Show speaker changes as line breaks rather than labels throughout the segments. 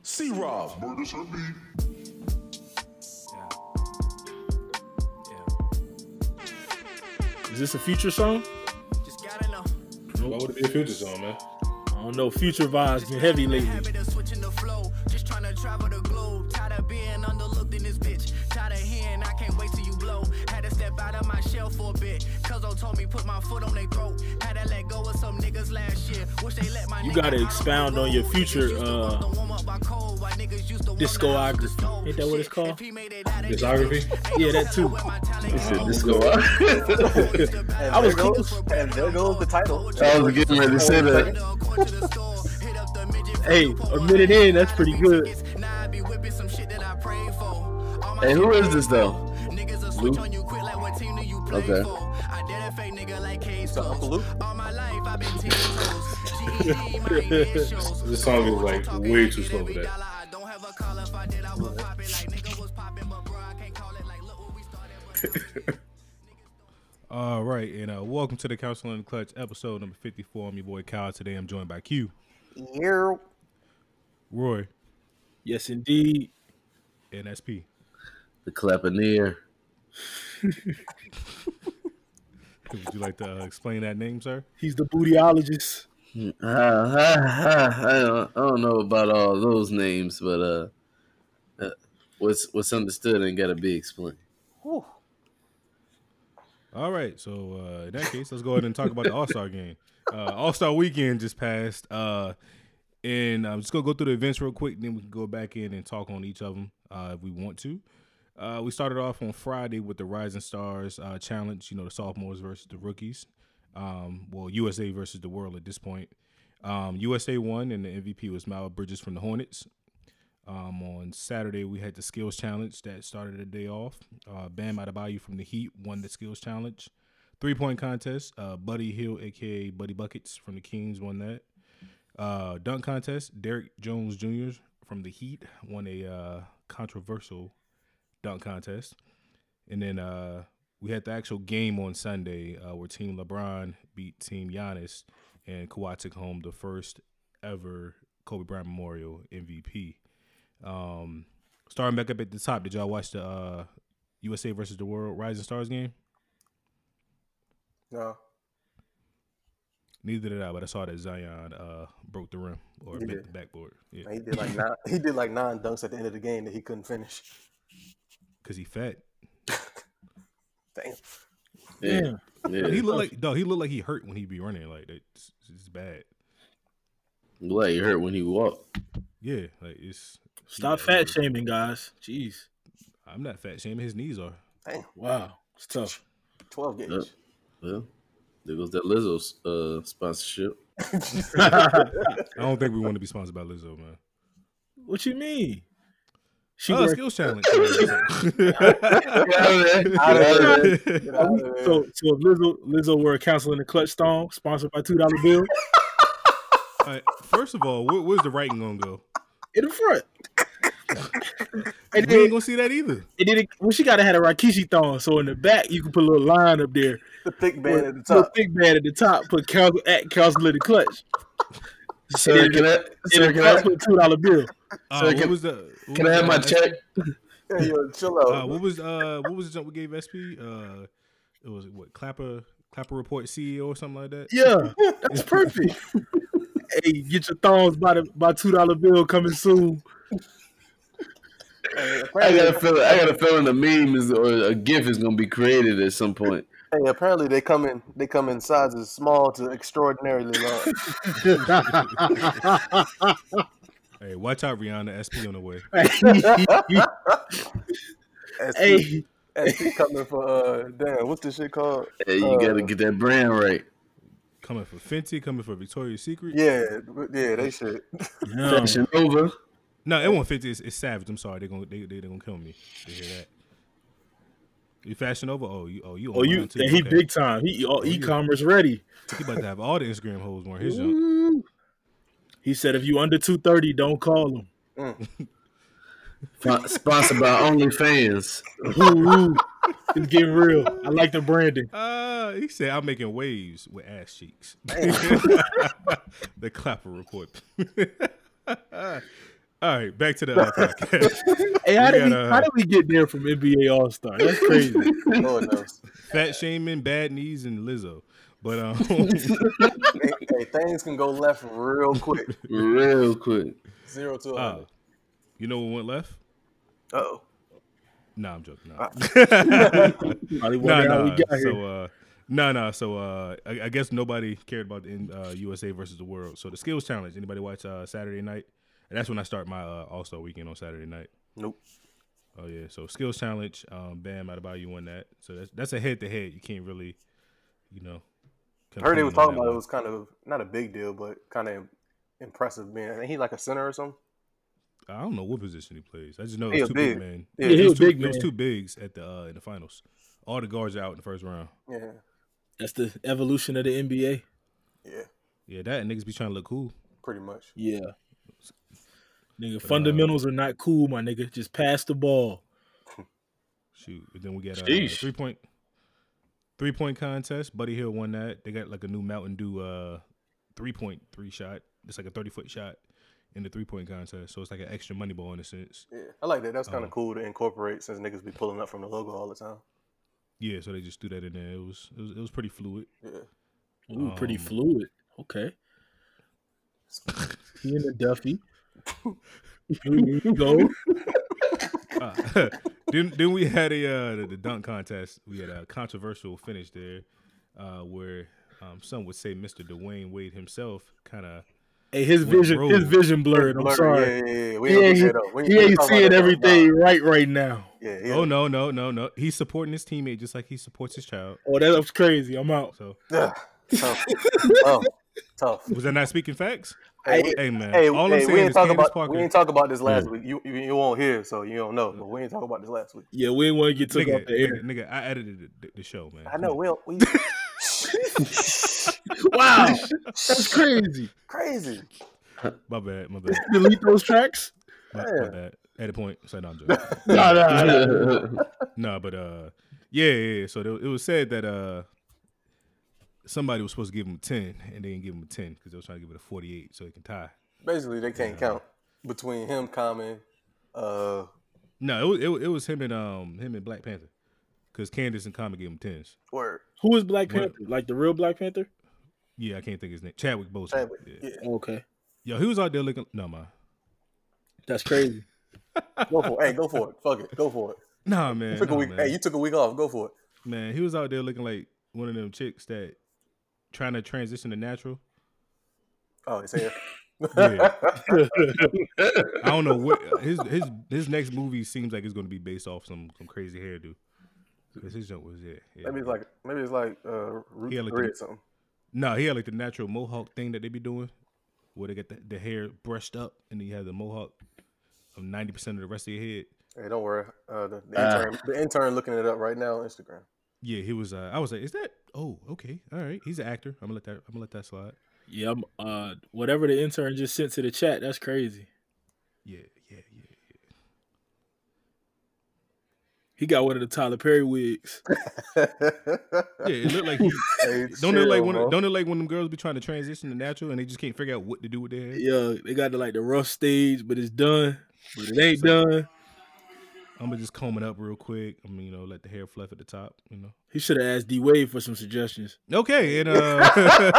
C Rob.
Yeah. Yeah.
Is this a future song?
Just gotta know.
Why would it be a future song, man?
I don't know. Future vibes been heavy
The
lately.
habit of switching the flow. Just trying to travel the globe. Tired of being underlooked in this bitch. Tired of hearing, I can't wait till you blow. Had to step out of my shell for a bit. Cuzzo told me put my foot on their throat. Had to let go of some niggas last year. Wish they let my
You
nigga
gotta
out on
expound
the
on your
road.
future,
Niggas used to want
uh,
the warm up by cold, while niggas used to want the
discography.
house to stove.
Ain't that what it's
Shit,
called?
if he made it out of this
Discography?
bitch, ain't
Yeah,
no
that
telling
too.
where my talent
This
goes.
shit, this go up.
I
was close. And there goes the title.
I was getting ready to say that.
Hey, a minute in, that's pretty good.
Hey, who is this though?
Niggas will
Luke?
switch on you quick like what team do you play
Okay.
for? Identify nigga like Case
So, Uncle Luke?
All my life I've been ten toes. GED, my initials.
This song is like way too slow for that.
I don't have a call if I did, I would pop it like nigga was popping, but bro, I can't call it like look what we started.
All right, and uh, welcome to the Counseling and Clutch episode number 54. I'm your boy Kyle. Today I'm joined by Q,
Here.
Roy,
Yes, indeed.
and SP.
The Clappaneer.
Would you like to uh, explain that name, sir?
He's the bootyologist.
Uh, I, I, don't, I don't know about all those names, but uh, uh what's what's understood ain't gotta be explained.
Whew.
All right, so uh, in that case, let's go ahead and talk about the All Star game. Uh, All Star weekend just passed, uh, and I'm just gonna go through the events real quick, then we can go back in and talk on each of them uh, if we want to. Uh, we started off on Friday with the Rising Stars uh, challenge. You know, the sophomores versus the rookies. Um, well, USA versus the world at this point. Um, USA won, and the MVP was Mal Bridges from the Hornets. Um, on Saturday, we had the skills challenge that started the day off. Uh, Bam Adebayo from the Heat won the skills challenge. Three point contest, uh, Buddy Hill, aka Buddy Buckets from the Kings, won that. Uh, dunk contest, Derek Jones Jr. from the Heat won a uh, controversial dunk contest. And then uh, we had the actual game on Sunday uh, where Team LeBron beat Team Giannis, and Kawhi took home the first ever Kobe Bryant Memorial MVP. Um, starting back up at the top, did y'all watch the uh, USA versus the World Rising Stars game?
No.
Neither did I, but I saw that Zion uh, broke the rim or
Yeah.
bent the backboard. Yeah,
He did like nine. He did like nine dunks at the end of the game that he couldn't finish.
because he fat.
Damn.
Yeah. yeah.
He looked like no, he looked like he hurt when he be running. Like it's, it's bad.
I'm glad you hurt when he walked.
Yeah, like it's.
Stop
yeah,
fat
it's-
shaming, guys. Jeez.
I'm not fat shaming. His knees are.
Damn.
Wow. It's tough.
Twelve Uh, gauge.
Yep. Well, there goes that Lizzo uh, sponsorship.
I don't think we want to be sponsored by Lizzo, man.
What you mean? She
She oh,
work-
skills challenge.
Get out of there. Get out of there.
Get
Are
out
Oh, we-
of there.
so, so if Lizzo, Lizzo were a counselor in the clutch song, sponsored by two dollar bill,
All right, first of all, where, where's the writing gonna go?
in the front.
We
and
ain't
then,
gonna see that either.
and then it, well, she gotta have a rakishi thong, so in the back you can put a little line up there,
the thick
put
man at the
put a
top.
thick man at the top, put counselor at counselor in the clutch. And
Sir,
then
can I,
in
sir,
the
can
back
I,
put a two dollar bill.
Uh,
Sir,
what
can-
was the? what
can I
was
have
the
my
last-
check?
Hey, yo, chill
Uh,
Oh.
out.
what was uh what was the jump we gave SP? Uh, it was what Clapper Clapper Report CEO or something like that.
Yeah, that's perfect. hey, get your thongs by the by two dollar bill coming soon.
I
Hey, apparently,
got a feeling. I got a feeling a meme is or a GIF is gonna be created at some point.
hey, apparently they come in. They come in sizes small to extraordinarily large.
Hey, watch out, Rihanna SP on the way.
SP,
hey,
SP coming for uh, damn. What's this shit called?
Hey, you gotta get that brand right.
Coming for Fenty, coming for Victoria's Secret.
Yeah, yeah, they should.
yeah.
Fashion over.
No, it won't Fenty. It's, it's Savage. I'm sorry. They're gonna they they are gonna kill me. They hear that. You fashion over? Oh, you oh you
oh you,
online too.
yeah, he
Okay.
big time. He all
yeah.
e-commerce ready.
He about to have all the Instagram hoes wearing his jump.
Ooh. He said, if you under two thirty, don't call him.
Sp- Sponsored by OnlyFans.
Ooh, ooh. It's getting real. I like the branding.
Uh, he said I'm making waves with ass cheeks. the Clapper Report. All right, back to the uh, podcast.
Hey, how
We
did we,
gotta- uh,
how did we get there from NBA All Star? That's crazy.
Lord knows.
Fat shaming, bad knees, and Lizzo. But um,
Hey, hey, things can go left real quick.
Real quick.
Zero to a
uh,
hundred.
you know what went left?
Oh,
Nah, I'm joking.
Uh,
Nah. No,
Probably wondering how we
no.
got here.
So, uh, no, no. So, uh, I, I guess nobody cared about the in- uh, USA versus the world. So the skills challenge. Anybody watch uh, Saturday night? And that's when I start my uh, All Star weekend on Saturday night.
nope.
Oh yeah. So skills challenge. Um, Bam Adebayo won that. So that's that's a head to head. You can't really, you know.
I heard they
complain
was
on
talking
that
about it
one.
was kind of not a big deal, but kind of impressive. Being ain't he like a center or something?
I don't know what position he plays. I just know
He
it's
a
two big,
big.
men.
Yeah,
he
It was
a
two,
big
it was
man.
two bigs at the uh, in the finals. All the guards are out in the first round.
Yeah,
That's the evolution of the NBA.
yeah,
Yeah, that and niggas be trying to look cool.
pretty much.
Yeah. Nigga,
But, uh,
fundamentals are not cool, my nigga. Just pass the ball.
Shoot. And then we got a
Sheesh.
three point three point contest. Buddy Hill won that. They got like a new Mountain Dew uh three point three shot. It's like a thirty foot shot in the three point contest. So it's like an extra money ball in a sense.
Yeah, I like that. That's kind
Oh.
of cool to incorporate since niggas be pulling up from the logo all the time.
Yeah, so they just threw that in there. It was it was, it was pretty fluid.
Yeah,
Ooh, pretty
Um,
fluid. Okay. He and the Duffy. Here we go.
Uh, then then we had a uh, the, the dunk contest. We had a controversial finish there, uh, where um, some would say Mr. Dwayne Wade himself kind of
Hey, his
Went
vision, his
rogue.
vision blurred. I'm
Blurry,
sorry.
Yeah, yeah, yeah. We
He
ain't gonna
ain't,
say though. We
he
gonna
ain't
talk about
seeing
that though.
everything
Nah.
right right now.
Yeah, yeah.
oh no no no no he's supporting his teammate just like he supports his child.
Oh, that was crazy. I'm out.
So
Ugh, tough, tough, tough.
was that not speaking facts?
Hey,
Hey man,
Hey,
all I'm
hey,
saying
we ain't
is
talk
Candace
about
Parker.
we ain't talk about this last week. You, you you won't hear, so you don't know. But we ain't talk about this last week.
Yeah, we didn't want to get took off
nigga,
the air.
nigga, nigga, I edited the, the show, man.
I know. We don't- we
Wow, that's crazy.
crazy.
My bad, my bad,
Delete those tracks.
my,
Yeah.
my bad. At a point, so no, I'm joking.
Nah, nah, nah.
No, but uh, yeah, yeah. yeah. So there, it was said that uh, somebody was supposed to give him a ten, and they didn't give him a ten because they was trying to give it a forty-eight so they can tie.
Basically, they can't count between him, Common, uh,
No, it was it, was- it was him and um him and Black Panther because Candace and Common gave him tens.
Word
Who is Black
What?
Panther? Like the real Black Panther?
Yeah, I can't think of his name. Chadwick Boseman.
Chadwick.
Yeah.
Yeah,
Okay,
Yo, he was out there looking. No, man.
that's crazy.
go for it. Hey, go for it. Fuck it, go for it.
Nah,
You
man.
took a
nah,
week.
man.
Hey, you took a week off. Go for it.
Man, he was out there looking like one of them chicks that trying to transition to natural.
Oh, it's here.
Yeah. I don't know what his his his next movie seems like it's going to be based off some some crazy hairdo. Because his joke was it. Yeah.
maybe it's like maybe it's like uh, root
He had like
three
the-
or something.
no, he had like the natural mohawk thing that they be doing, where they get the, the hair brushed up and then you have the mohawk of ninety percent of the rest of your head.
Hey, don't worry. Uh, the, the
Ah.
intern, the intern, looking it up right now on Instagram.
Yeah, he was. Uh, I was like, is that? Oh, okay, all right. He's an actor. I'm gonna let that. I'm gonna let that slide.
Yeah, I'm, uh, whatever the intern just sent to the chat, that's crazy.
Yeah, yeah, yeah.
He got one of the Tyler Perry wigs.
Yeah, it looked like. He,
Hey,
don't it like
chill,
one?
bro.
of- Don't it like when them girls be trying to transition to natural and they just can't figure out what to do with their hair?
Yeah, they got to like the rough stage, but it's done. But it ain't done.
I'm gonna just comb it up real quick. I mean, you know, let the hair fluff at the top. You know.
He should have asked D Wade for some suggestions.
Okay, and uh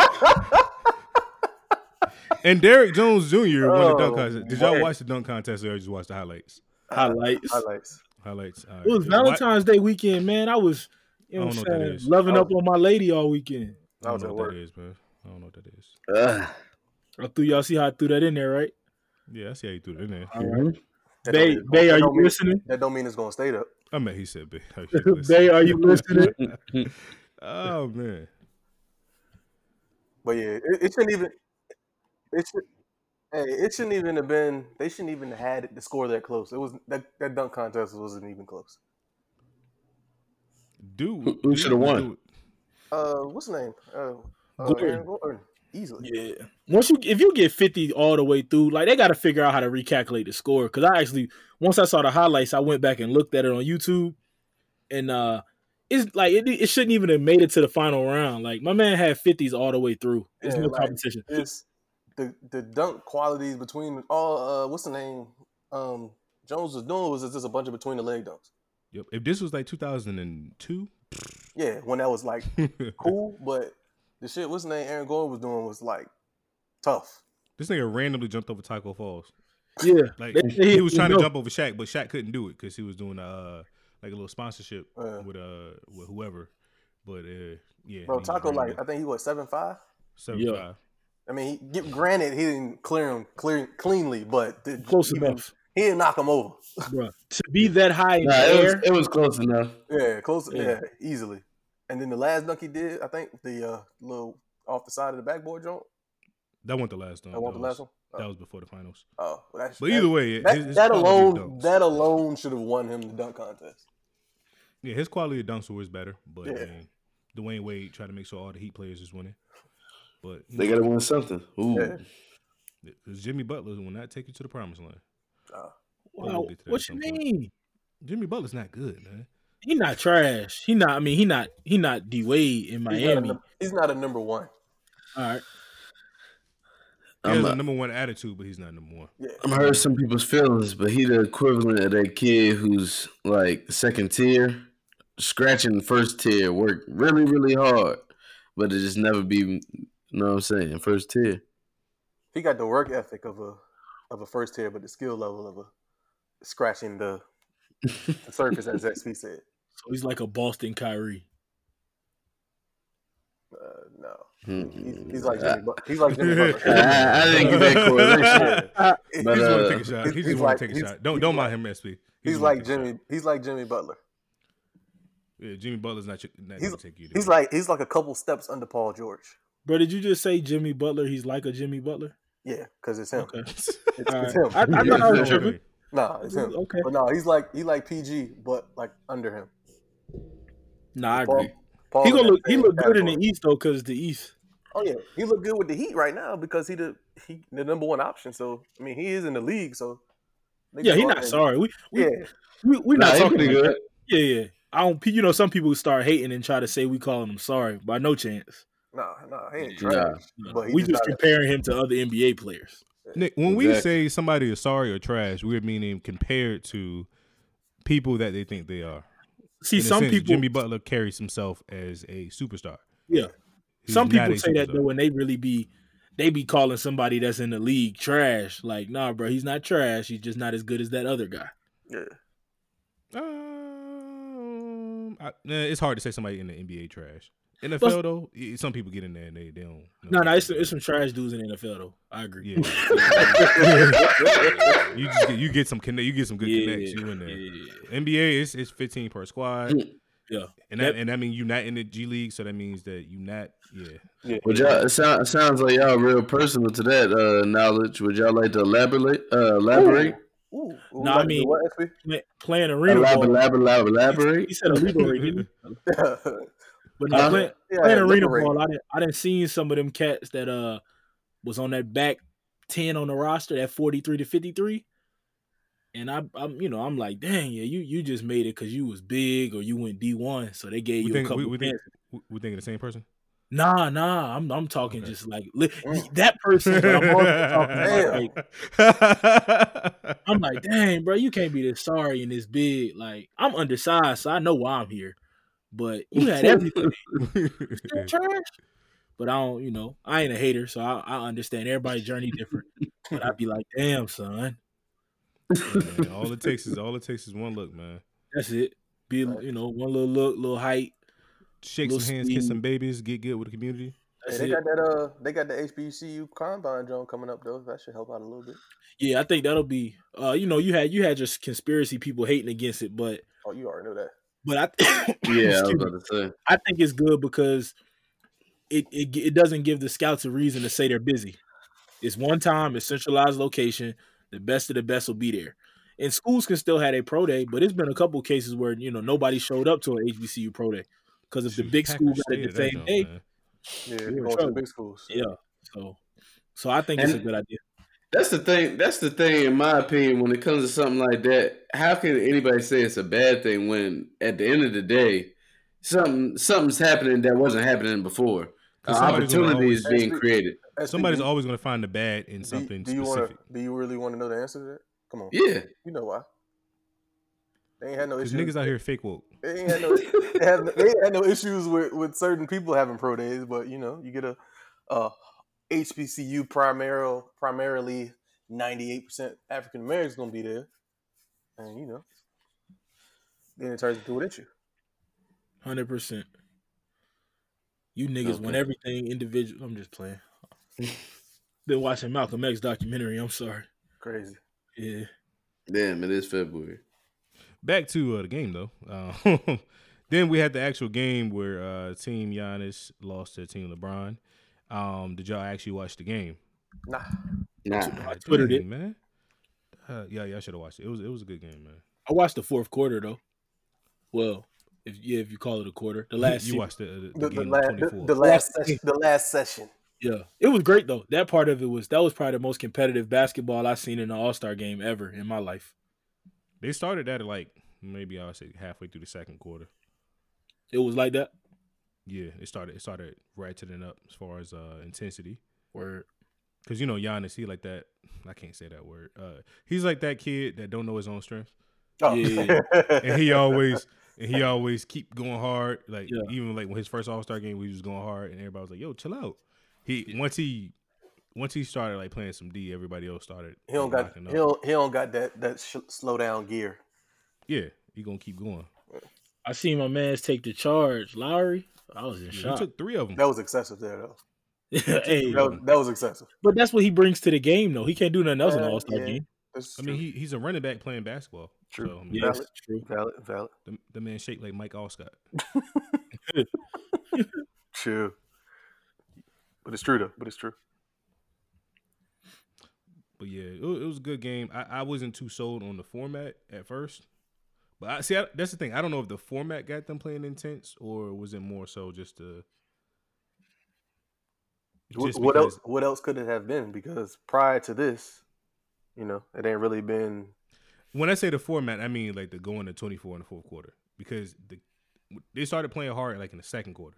and Derek Jones Jr. won the dunk
Oh,
contest. Did y'all
man.
watch the dunk contest or y'all just watch the highlights?
Highlights.
highlights.
Highlights. all
It was
right. Why-
Valentine's Day weekend, man. I was, you
I
know, what
don't
I'm
know what that
saying,
is.
loving
I
up on my lady all weekend.
I
I
don't
was
know
at
what
work.
that is, man. I don't know what that is.
Ah.
I threw y'all see how I threw that in there, right?
Yeah, I see how you threw it in there.
All right.
That don't
Bay,
mean-
Bay,
that
are you
don't mean-
listening?
That don't mean it's gonna stay up.
I mean, he said, "Babe,
Bay, are you listening?
Oh man,
But yeah, it, it shouldn't even. It should. Hey, it shouldn't even have been. They shouldn't even have had it to score that close. It was that that dunk contest wasn't even close.
dude,
Who- who
dude,
shoulda won?
dude.
Uh, what's his name? Uh, uh
Gordon.
Aaron Gordon. Easily.
Yeah. Once you if you get 50 all the way through, like they got to figure out how to recalculate the score cuz I actually once I saw the highlights, I went back and looked at it on YouTube and uh it's like it, it shouldn't even have made it to the final round. Like my man had 50s all the way through. There's
Yeah,
no
like-
competition.
It's the the dunk qualities between all uh, what's the name um, Jones was doing was just a bunch of between the leg dunks.
Yep. If this was like 2002,
Yeah, when that was like cool, but the shit what's the name Aaron Gordon was doing was like tough.
this nigga randomly jumped over Taco Falls.
Yeah,
Like
They- they-
he was trying to
no.
jump over Shaq, but Shaq couldn't do it because he was doing uh like a little sponsorship
Uh.
with uh with whoever. But uh, yeah,
Bro,
niggas
Taco
ran
like
over
I think he was seven five.
seven
Yeah.
five.
I mean, he, get- granted he didn't clear him clear cleanly, but the,
close
he,
enough,
He didn't knock him over.
bro. To be that high in
Nah,
the
it was,
air,
it was close enough.
Yeah, close. Yeah.
Yeah.
easily. And then the last dunk he did, I think the uh, little off the side of the backboard joint.
Oh, That wasn't the last one.
That wasn't the last one.
That was before the finals.
Oh, well, that's,
But
that-
either way,
that,
his, his
that
quality of
alone,
dunks-
that alone should have won him the dunk contest.
yeah, his quality of dunks was better. But
Yeah.
I mean, Dwayne Wade tried to make sure all the Heat players is winning. But
They gotta win something. Ooh,
Yeah.
because Jimmy Butler will not take you to the promised land.
wow,
we'll get to that
what
at
you
some point.
mean?
Jimmy Butler's not good, man.
He not trash. He not. I mean, he not. He not D Wade in
He's not, a,
Miami. All
num- he's not a number one.
right.
He
I'm,
has a
uh,
number one attitude, but he's not number one.
Yeah,
I'm hurt some people's feelings, but he the equivalent of that kid who's like second tier, scratching first tier, work really really hard, but it just never be. You know what I'm saying? First tier.
he got the work ethic of a of a first tier, but the skill level of a scratching the, the surface, as XP said.
So he's like a Boston Kyrie.
Uh, no, he's,
Mm-mm.
he's like
I,
Jimmy. Bu- he's like Jimmy Butler.
I, I didn't get that correlation.
Yeah.
He
But,
just want
uh,
to take a shot.
he's-
He
he's
just want
like-
to take a
he's-
shot. Don't don't mind him, SP. He
He's
just wanna
like
take a shot.
Jimmy. He's like Jimmy Butler.
Yeah, Jimmy Butler's not, your- not
He's-
gonna take you. there.
He's like he's like a couple steps under Paul George.
Bro, did you just say Jimmy Butler? He's like a Jimmy Butler.
Yeah, because it's him.
Okay.
It's,
All
it's
right.
him.
I, I
Yeah,
thought
no
I was tripping.
way.
Nah, it's him.
Okay.
But no, he's like he like PG, but like under him.
Nah, I
Paul,
agree.
Paul
He
in
gonna
that
look. He
same
look good in the
category.
East though, cause the East.
Oh yeah, he look good with the Heat right now because he the he the number one option. So I mean, he is in the league. So niggas
Yeah, he
go out
not
and-
sorry. We we
Yeah,
we, we
Nah,
not
he
talking
pretty
about
good.
that. Yeah, yeah. I don't. pe- You know, some people start hating and try to say we calling him sorry by no chance.
nah, nah, he ain't
Nah.
trash. But he
we
just
just
not a-
comparing him to other NBA players.
Nick, when we
Exactly.
say somebody is sorry or trash, we're meaning compared to people that they think they are.
See,
In a
some
sense,
people.
Jimmy Butler carries himself as a superstar.
Yeah.
He's
some
not
people
a
say that
superstar.
though when they really be they be calling somebody that's in the league trash. Like, nah, bro, he's not trash. He's just not as good as that other guy.
yeah.
Um, I, nah, it's hard to say somebody in the NBA trash. NFL though, i- some people get in there and they, they don't. know
No,
what
no,
they're
it's,
doing.
it's some trash dudes in the NFL though. I agree.
Yeah. you just get, you get some connect, you get some good connects. You in there. NBA is it's 15 per squad.
Yeah.
And that
Yep.
and that means you're not in the G League, so that means that you not yeah.
Would y'all, it, sound, it sounds like y'all real personal to that uh, knowledge. Would y'all like to elaborate? Uh, elaborate?
Ooh,
Nah, I mean-
what, SB?
Play- Playing arena
Elaborate,
ball.
elaborate, elaborate,
He,
elaborate.
he said arena ball, didn't he? but no,
Huh?
playing,
yeah,
playing arena
liberate.
ball. I didn't I didn't see some of them cats that uh was on that back ten on the roster that forty three to fifty three. And I, I'm, you know, I'm like, dang, yeah, you, you just made it because you was big or you went D one, so they gave
We
you
think
a couple.
we, we think
chances.
we we thinking the same person.
Nah, nah. I'm I'm talking
Okay.
just like li- that person. But I'm also talking about, like, I'm like, dang, bro, you can't be this sorry and this big. Like, I'm undersized, so I know why I'm here. But you had everything in trash. But I don't, you know, I ain't a hater, so I, I understand everybody's journey different. But I'd be like, damn, son,
Man, all it takes is all it takes is one look, man.
that's it. Be you know, one little look, little height.
Shake
Little
some hands,
Steve.
kiss some babies, get good with the community.
Hey,
That's
they
it.
got that uh they got the HBCU combine drone coming up though. That should help out a little bit.
Yeah, I think that'll be. Uh, you know, you had you had just conspiracy people hating against it, but
Oh, you already know that.
but I
Yeah, I was
Excuse me.
about to say.
I think it's good because it, it gi- it doesn't give the scouts a reason to say they're busy. It's one time, it's centralized location. The best of the best will be there, and schools can still have a pro day. But it's been a couple cases where you know nobody showed up to an HBCU pro day because if the
Shoot,
big school
Packers
got it
stayed
the
at
same
that
day,
joint, man.
Yeah,
in
going to the
trouble.
big schools.
yeah. So, so I think it's a
And-
good idea.
That's the thing. That's the thing, in my opinion, when it comes to something like that. How can anybody say it's a bad thing when, at the end of the day, something something's happening that wasn't happening before? The
somebody's gonna
opportunity is
always-
being created.
SD,
Somebody's
do you-
always going to find the bad in something
do, you- do you wanna-
specific.
do you really want to know the answer to that? Come on,
Yeah.
you know why. They ain't had no
Because
issues.
niggas out here fake woke.
They ain't had no, they had, they ain't had no issues with, with certain people having pro days, but you know, you get a, a HBCU primarily primarily ninety eight percent African Americans gonna be there, and you know, then it turns into an issue.
Hundred percent. You niggas want
Okay.
everything individual. I'm just playing. Been watching Malcolm X documentary. I'm sorry.
Crazy.
Yeah.
Damn, it is February.
Back to uh, the game though. Uh, then we had the actual game where uh, Team Giannis lost to Team LeBron. Um, did y'all actually watch the game?
Nah,
Nah.
I Twittered it.
Dang, man. Uh, yeah, y'all should have watched it. It was it was a good game, man.
I watched the fourth quarter though. Well, if yeah, if you call it a quarter, the last
you
se-
watched the, uh, the, the
the, the,
game
la-
twenty
the,
four.
the last
Last
session, the last session.
Yeah, it was great though. That part of it was that was probably the most competitive basketball I've seen in an All Star game ever in my life.
they started that at like maybe I would say halfway through the second quarter.
It was like that.
Yeah, it started it started ratcheting up as far as uh, intensity.
Word.
Cause you know Giannis, he like that. I can't say that word. Uh, he's like that kid that don't know his own strength.
Oh.
Yeah.
and he always and he always keep going hard. Like
Yeah.
even like when his first All Star game, we was going hard, and everybody was like, "Yo, chill out." He once he once he started like playing some D, everybody else started.
he don't
like,
got he
locking up.
don't, he don't got that that sh- slow down gear.
Yeah, he gonna keep going.
I seen my man's take the charge, Lowry. I was in
He
shock.
took three of them.
That was excessive there though.
hey,
That was, that was excessive.
but that's what he brings to the game though. He can't do nothing else in an
Uh,
All Star
yeah.
game.
That's
I mean,
true.
he, he's a running back playing basketball.
True.
So, I mean,
Yeah,
Valid.
true.
valid, valid,
the, the man shaped like Mike Allscott.
true. But it's true though. But it's true.
But yeah, it, wa- it was a good game. I, I wasn't too sold on the format at first. But I see I, that's the thing. I don't know if the format got them playing intense or was it more so just the
Wh-
just
what
because-
else? What else could it have been? Because prior to this, you know, it ain't really been.
When I say the format, I mean like the going to 24 in the fourth quarter because the they started playing hard like in the second quarter.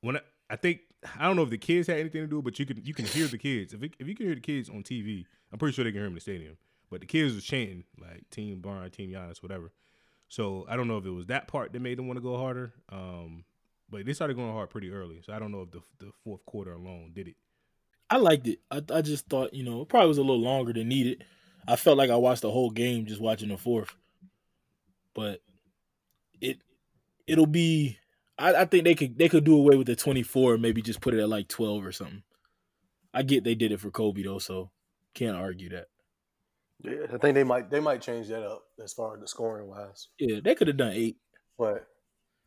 When I, I think I don't know if the kids had anything to do, but you can you can hear the kids. If it, if you can hear the kids on TV, I'm pretty sure they can hear them in the stadium. But the kids was chanting like Team Barn, Team Giannis, whatever. So I don't know if it was that part that made them want to go harder. Um, but they started going hard pretty early, so I don't know if the the fourth quarter alone did it.
I liked it. I, I just thought you know it probably was a little longer than needed. I felt like I watched the whole game just watching the fourth, but it it'll be. I, I think they could they could do away with the twenty four and maybe just put it at like twelve or something. I get they did it for Kobe though, so can't argue that.
Yeah, I think they might they might change that up as far as the scoring wise,
Yeah, they could have done eight.
but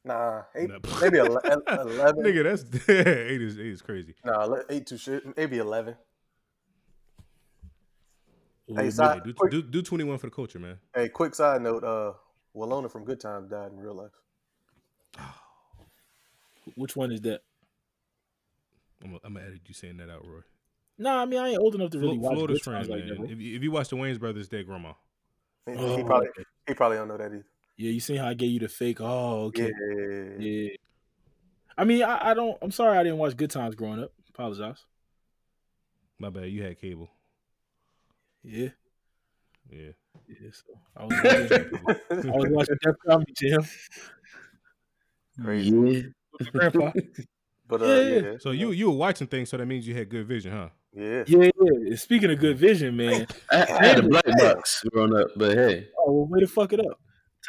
nah, eight,
No.
maybe ele- eleven.
Nigga, that's it is it is crazy.
Nah, le- eight too shit. Maybe eleven.
Ooh,
Hey,
Yeah,
side,
do,
quick,
do, do 21 for the culture, man.
hey, quick side note. Uh, Walona from Good Times died in real life.
Which one is that?
I'm gonna edit you saying that out, Roy.
Nah, I mean I ain't old enough to really
Flo-
watch
Florida's
Good
friend,
Times like that.
man.
bro.
If you, if you watch the Wayne's Brothers, dead grandma.
He,
Oh,
he probably he probably don't know that either.
yeah, you seen how I gave you the fake? Oh, okay.
Yeah.
Yeah. I mean, I, I don't. I'm sorry I didn't watch Good Times growing up. Apologize.
My bad, you had cable.
Yeah.
Yeah.
yeah so I, was watching, I was watching Death Comedy Jam.
Crazy.
Yeah.
with my Grandpa.
But uh,
Yeah,
yeah.
yeah.
yeah.
So you you were watching things, so that means you had good vision, huh?
Yeah.
Yeah, yeah. And Speaking of good vision, man.
I, I had a black box growing up, but hey,
Oh, well, way to fuck it up.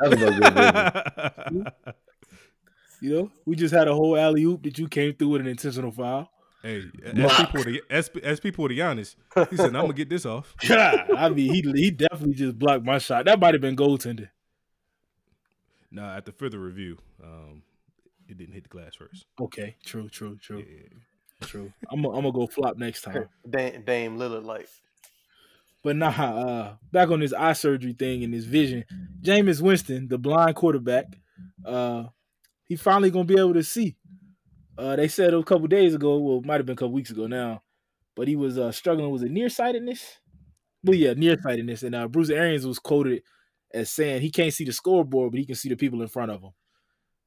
talk about good vision.
You know, we just had a whole alley oop that you came through with an intentional foul.
hey, as
Block.
people, to, as, as people to Giannis, he said, "I'm gonna get this off."
I mean, he he definitely just blocked my shot. That might have been goaltending.
Nah, at the further review, um, it didn't hit the glass first.
Okay, true, true,
Yeah,
true, true. I'm gonna I'm gonna go flop next time.
Dame, Dame Lillard, like
But nah, uh, back on this eye surgery thing and this vision, Jameis Winston, the blind quarterback, uh, he finally gonna be able to see. Uh, they said a couple days ago, well, it might have been a couple weeks ago now, but he was uh, struggling with nearsightedness. Well, yeah, nearsightedness. And uh, Bruce Arians was quoted as saying he can't see the scoreboard, but he can see the people in front of him.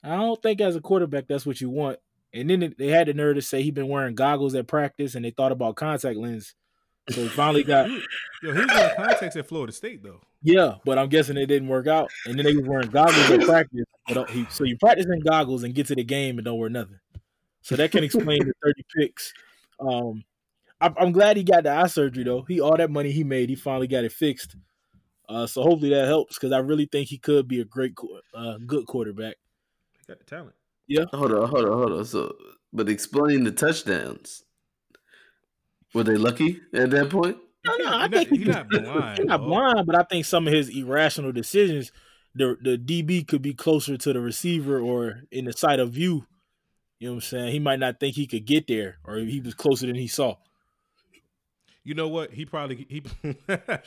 I don't think as a quarterback that's what you want. And then they had the nerve to say he'd been wearing goggles at practice, and they thought about contact lens. So he finally got
Yo, he was in contacts at Florida State though.
yeah, but I'm guessing it didn't work out. And then they was wearing goggles at practice. But don't- he, so you practice in goggles and get to the game and don't wear nothing. So that can explain the 30 picks. Um, I'm, I'm glad he got the eye surgery though. He all that money he made, he finally got it fixed. Uh, so hopefully that helps because I really think he could be a great, qu- uh, good quarterback.
He got the talent.
Hold on, hold on, hold on. So, but explain the touchdowns. Were they lucky at that point?
No, no, I
He not,
think he
he
could-
not blind. oh.
He's not
dog.
blind, but I think some of his irrational decisions, the the DB could be closer to the receiver or in the sight of view. You know what I'm saying? He might not think he could get there, or he was closer than he saw.
You know what? He probably he that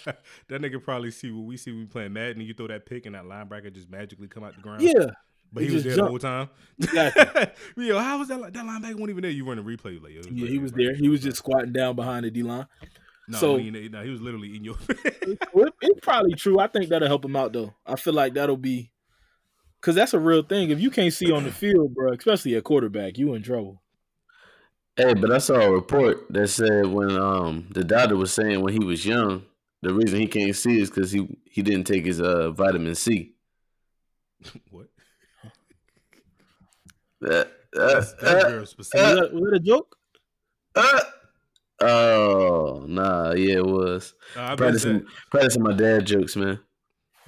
nigga probably see what we see. when We playing Madden, and you throw that pick, and that linebacker just magically come out the ground.
Yeah,
but
he
he was there
just
the whole time.
Exactly.
yo, how was that? li- That linebacker wasn't even there. You run a replay, you like yo,
yeah, he was there. He was just squatting down behind the D line.
no,
so-
I mean, no, he was literally in your.
Well, it- it's probably true. I think that'll help him out though. I feel like that'll be because that's a real thing. If you can't see on the field, bro, especially at quarterback, you in trouble.
Hey, but I saw a report that said when um the doctor was saying when he was young, the reason he can't see is because he he didn't take his uh vitamin C.
what?
Uh, uh,
That's, that's
uh,
real
Was
specific.
that, was that a joke?
uh. Oh nah, yeah, it was
Uh, I, bet
practicing
that-
practicing my dad jokes, man.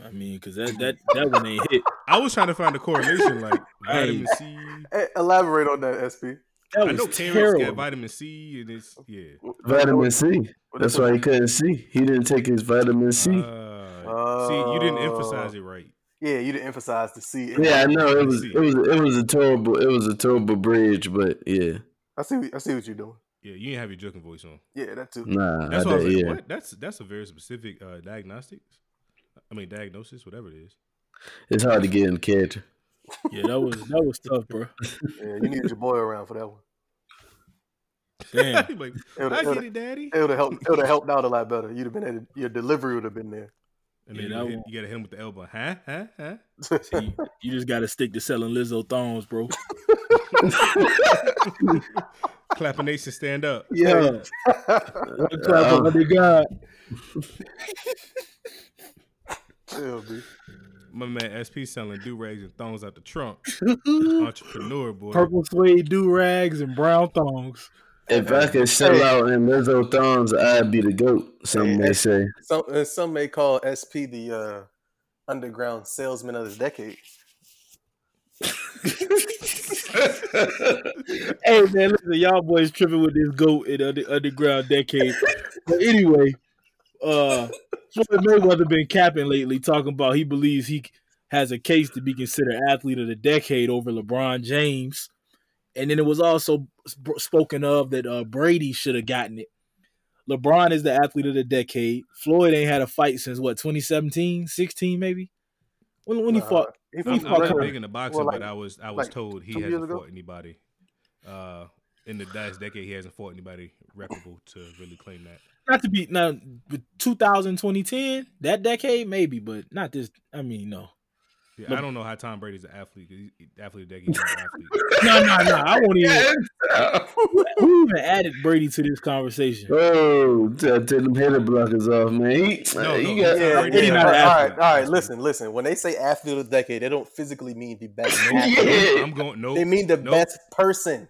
I mean, because that that that one ain't hit.
I was trying to find a correlation, like vitamin C.
Eh, elaborate on that, SP.
That
I
was
know parents
terrible.
get vitamin C, and it's yeah.
Vitamin C. That's why he couldn't see. He didn't take his vitamin C.
Uh, see, you didn't emphasize it right.
Yeah, you didn't emphasize the C.
yeah, I know it
vitamin
was
C.
it was it was a terrible it was a terrible bridge, but yeah,
I see. I see what you're doing.
Yeah, you didn't have your joking voice on.
Yeah, that too.
nah,
That's
I
what I was
did,
like.
Uh, yeah.
What? That's that's a very specific uh, diagnostics. I mean, diagnosis, whatever it is.
It's hard to get in character.
Yeah, that was that was tough, bro.
Yeah, you need your boy around for that one.
Damn.
He like,
It would
I get
have
it, daddy.
helped. It would have helped out a lot better. You'd have been at it, your delivery would have been there.
And then
Yeah,
you,
that
hit-
one.
you gotta hit him with the elbow. Huh? Huh? Huh?
So you, you just gotta stick to selling Lizzo thongs, bro.
Clapping nation, stand up.
Yeah.
That's what I thought, my God.
It'll be.
My man SP selling do rags and thongs out the trunk. Entrepreneur boy.
Purple suede do rags and brown thongs.
If I could sell
Hey.
out in Lizzo thongs, I'd be the goat. Some may say.
Some uh, some may call SP the uh, underground salesman of this decade.
Hey man, listen, y'all boys tripping with this goat in under, underground decade. But anyway, uh Floyd Mayweather been capping lately, talking about he believes he has a case to be considered athlete of the decade over LeBron James. And then it was also sp- spoken of that uh, Brady should have gotten it. LeBron is the athlete of the decade. Floyd ain't had a fight since what 2017, 16 maybe. When when he
Nah,
fought,
he
I'm,
fought
I'm not
Conor.
big in the boxing,
Well, like-
but I was I was
like
told he
two
hasn't
years ago?
fought anybody. Uh, in the last decade, he hasn't fought anybody reputable to really claim that.
not to be now with 2000, 2010, that decade maybe, but not this. I mean, no,
Yeah, I don't know how Tom Brady's an athlete. 'cause He's athlete of the decade. He's not an athlete.
no, no, no. I won't even. Who even added Brady to this conversation?
Oh, t- take them hitter blockers off, man. He,
No,
he
no,
got,
he's
Yeah,
not
yeah.
an
All right, all
athlete.
right. Listen, listen. When they say athlete of the decade, they don't physically mean the best. athlete.
yeah.
I'm going. No,
They mean the
nope.
best person.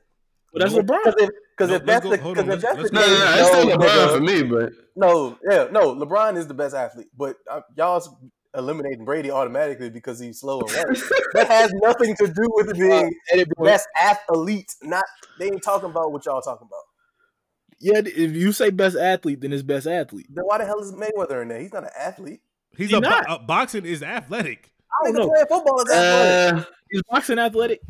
But that's
Nope.
LeBron.
Because if, cause
No, let's
if that's
go-
the
hold
because
on,
if
let's-
that's the
let's
no,
case,
no, no, it's still
no,
LeBron
nigga.
for me, but
No, yeah, no. LeBron is the best athlete, but uh, y'all's eliminating Brady automatically because he's slow and running. that has nothing to do with it being the best athlete. Not they ain't talking about what y'all talking about.
Yeah, if you say best athlete, then it's best athlete.
Then why the hell is Mayweather in there? He's not an athlete.
He's
He
a, bo-
not.
uh, boxing is athletic.
I don't
Nigga
know.
playing football is athletic.
uh,
Is boxing athletic?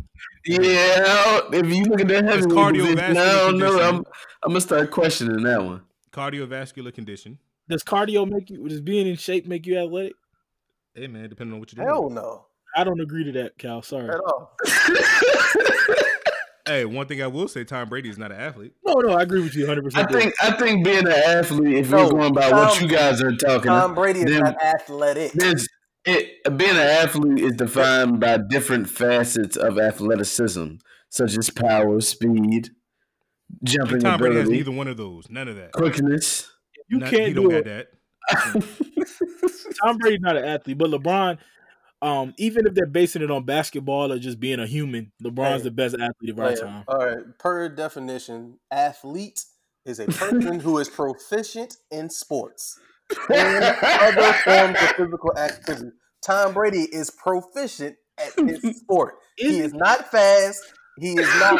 yeah. If you look at that heavy
cardiovascular
position, I don't know.
condition.
I'm, I'm gonna start questioning that one.
Cardiovascular condition.
Does cardio make you? Does being in shape make you athletic?
Hey man, depending on what you're doing.
Hell no,
I don't agree to that, Cal. Sorry.
at all.
Hey, one thing I will say, Tom Brady is not an athlete.
No, no, I agree with you 100.
I
percent
think I think being an athlete, if
No,
you're going by what
Tom-
you guys are talking,
Tom Brady is
Then-
not athletic.
there's it being an athlete is defined by different facets of athleticism. such as power, speed, jumping
Tom Brady has
ability,
neither one of those. None of that.
quickness.
You
None-
can't
He
do
don't
it.
have that.
Tom Brady's not an athlete, but LeBron, um, even if they're basing it on basketball or just being a human, LeBron's
Hey.
the best athlete of our time.
All right. Per definition, athlete is a person who is proficient in sports and other forms of physical activity. Tom Brady is proficient at his sport. He
Isn't-
is not fast. He is not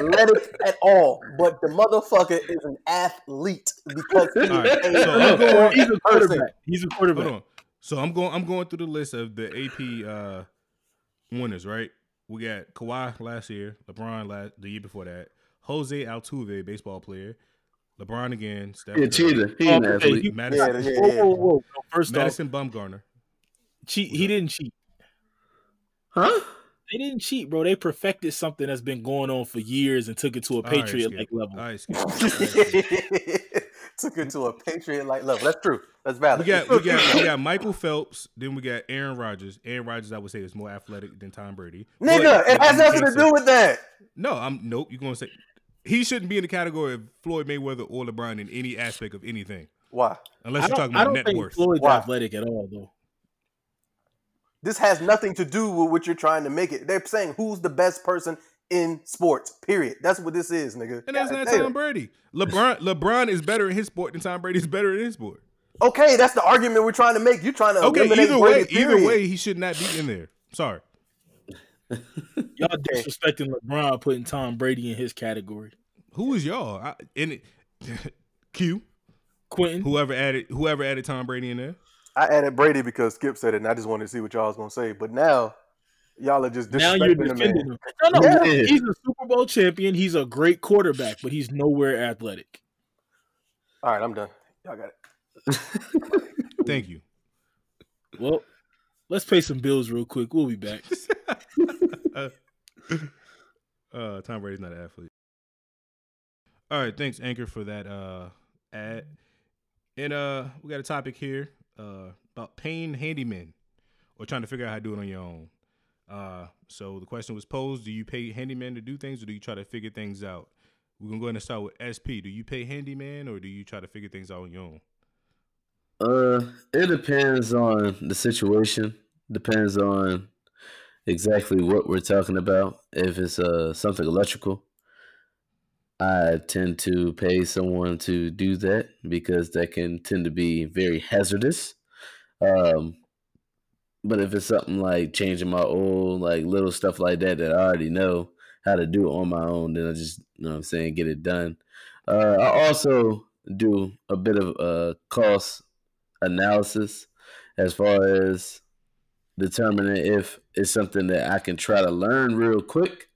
athletic at all. But the motherfucker is an athlete because he is
All right,
a
so I'm
good
going-
He's a
person.
quarterback. He's a
Hold
quarterback.
on. So I'm going. I'm going through the list of the AP uh, winners. Right. We got Kawhi last year, LeBron last the year before that, Jose Altuve, baseball player, LeBron again, Steph
Yeah,
Curry,
cheater. He's an
Okay,
athlete.
you-
Yeah,
Madison,
yeah,
Whoa,
yeah.
whoa, whoa. No, First off,
Madison Bumgarner.
cheat. He didn't cheat.
Huh?
They didn't cheat, bro. They perfected something that's been going on for years and took it to a
All right,
patriot like
Skip.
level.
All right, Skip. All right, Skip.
Took him to a patriot like level. That's true. That's valid.
We got we got we got Michael Phelps. Then we got Aaron Rodgers. Aaron Rodgers, I would say, is more athletic than Tom Brady.
Nigga,
But
it has
you can't
nothing to
say-
do with that.
No, I'm nope. You're gonna say he shouldn't be in the category of Floyd Mayweather or LeBron in any aspect of anything,
Why?
unless
I
you're talking
don't, I
about
don't
net
think
worth.
Floyd's
Why?
athletic at all, though.
This has nothing to do with what you're trying to make it. They're saying who's the best person in sports. Period. That's what this is, nigga.
and that's not
Goddamn.
Tom Brady. LeBron LeBron is better in his sport than Tom Brady is better in his sport.
Okay, that's the argument we're trying to make. You're trying to
Okay,
eliminate
either
Brady,
way, either
period.
way, he should not be in there. Sorry.
Y'all disrespecting LeBron, putting Tom Brady in his category.
Who is y'all? I, and it, Q.
Quentin,
Whoever added whoever added Tom Brady in there.
I added Brady because Skip said it, and I just wanted to see what y'all was gonna say. But now, y'all are just
now you're
disrespecting the
defending
man.
him. No, no,
Yeah.
he's a Super Bowl champion. He's a great quarterback, but he's nowhere athletic.
All right, I'm done. Y'all got it.
Thank you.
Well, let's pay some bills real quick. We'll be back.
Uh, Tom Brady's not an athlete. All right, thanks Anchor for that uh ad. And uh, we got a topic here uh about paying handymen or trying to figure out how to do it on your own. Uh, so the question was posed: Do you pay handymen to do things, or do you try to figure things out? We're gonna go ahead and start with SP. Do you pay handyman, or do you try to figure things out on your own?
Uh, it depends on the situation. Depends on exactly what we're talking about. If it's uh something electrical, I tend to pay someone to do that because that can tend to be very hazardous. Um, but if it's something like changing my oil, like little stuff like that that I already know how to do on my own, then I just you know what I'm saying get it done. Uh, I also do a bit of uh cost analysis as far as determining if it's something that I can try to learn real quick,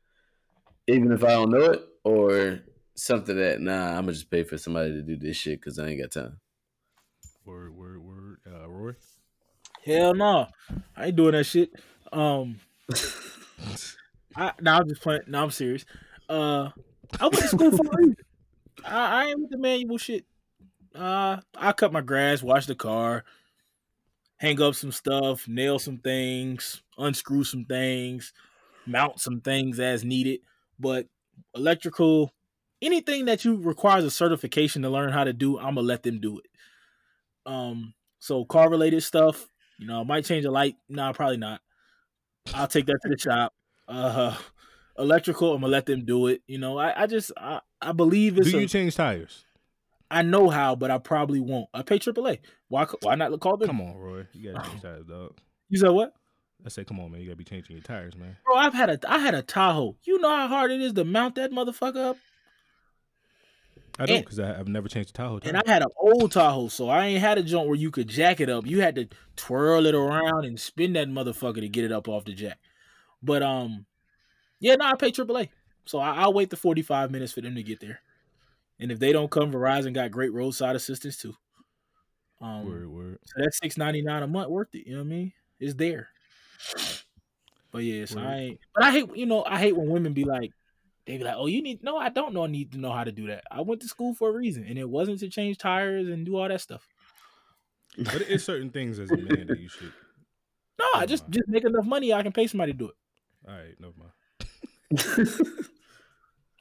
even if I don't know it, or something that nah, I'm gonna just pay for somebody to do this shit because I ain't got time.
Word, word, word. Uh, Roy.
Hell no, I ain't doing that shit. Um, I now I'm just playing. No, I'm serious. Uh, I went to school for a reason. I, I ain't with the manual shit. Uh, I cut my grass, wash the car, hang up some stuff, nail some things, unscrew some things, mount some things as needed. But electrical, anything that you requires a certification to learn how to do, I'm gonna let them do it. Um, so car related stuff, you know, might change a light. Nah, probably not. I'll take that to the shop. Uh, electrical, I'm gonna let them do it. You know, I, I just I, I believe it's
Do
a-
you change tires?
I know how, but I probably won't. I pay AAA. Why? c- Why not call them?
Come on, Roy. You gotta change tires, dog.
You said what?
I said, come on, man. You gotta be changing your tires, man.
Bro, I've had a I had a Tahoe. You know how hard it is to mount that motherfucker up.
I don't
And-
because I've never changed a Tahoe.
And
tire.
I had an old Tahoe, so I ain't had a joint where you could jack it up. You had to twirl it around and spin that motherfucker to get it up off the jack. But um, yeah, no, I pay AAA, so I, I'll wait the forty five minutes for them to get there. And if they don't come, Verizon got great roadside assistance too. Um,
word, word.
So that's six ninety nine a month worth it. You know what I mean? It's there. But yes,
Right.
I ain't. But I hate you know I hate when women be like they be like oh you need no I don't know I need to know how to do that. I went to school for a reason and it wasn't to change tires and do all that stuff.
But it's certain things as a man that you should.
No, I just
Never mind.
just make enough money I can pay somebody to do it.
All right, never mind.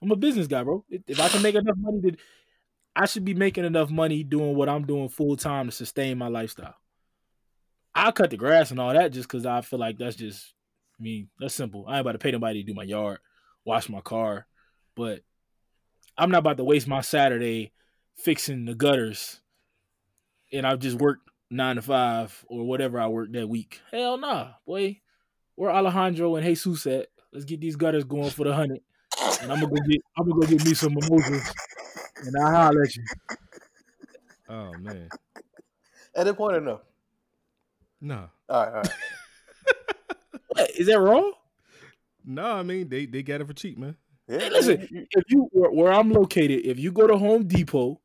I'm a business guy, bro. If- If I can make enough money to, I should be making enough money doing what I'm doing full time to sustain my lifestyle. I cut the grass and all that just because I feel like that's just I mean, that's simple. I ain't about to pay nobody to do my yard, wash my car, but I'm not about to waste my Saturday fixing the gutters and I've just worked nine to five or whatever I worked that week. Hell nah, boy. We're Alejandro and Jesus at. Let's get these gutters going for the hundred. And I'm gonna go get I'm gonna go get me some mimosas and I'll holler at you.
Oh man,
At that point or no?
nah,
All right, all right.
What, Is that wrong?
nah. I mean, they they got it for cheap, man.
Yeah,
Hey, listen, if you where, where I'm located, if you go to Home Depot,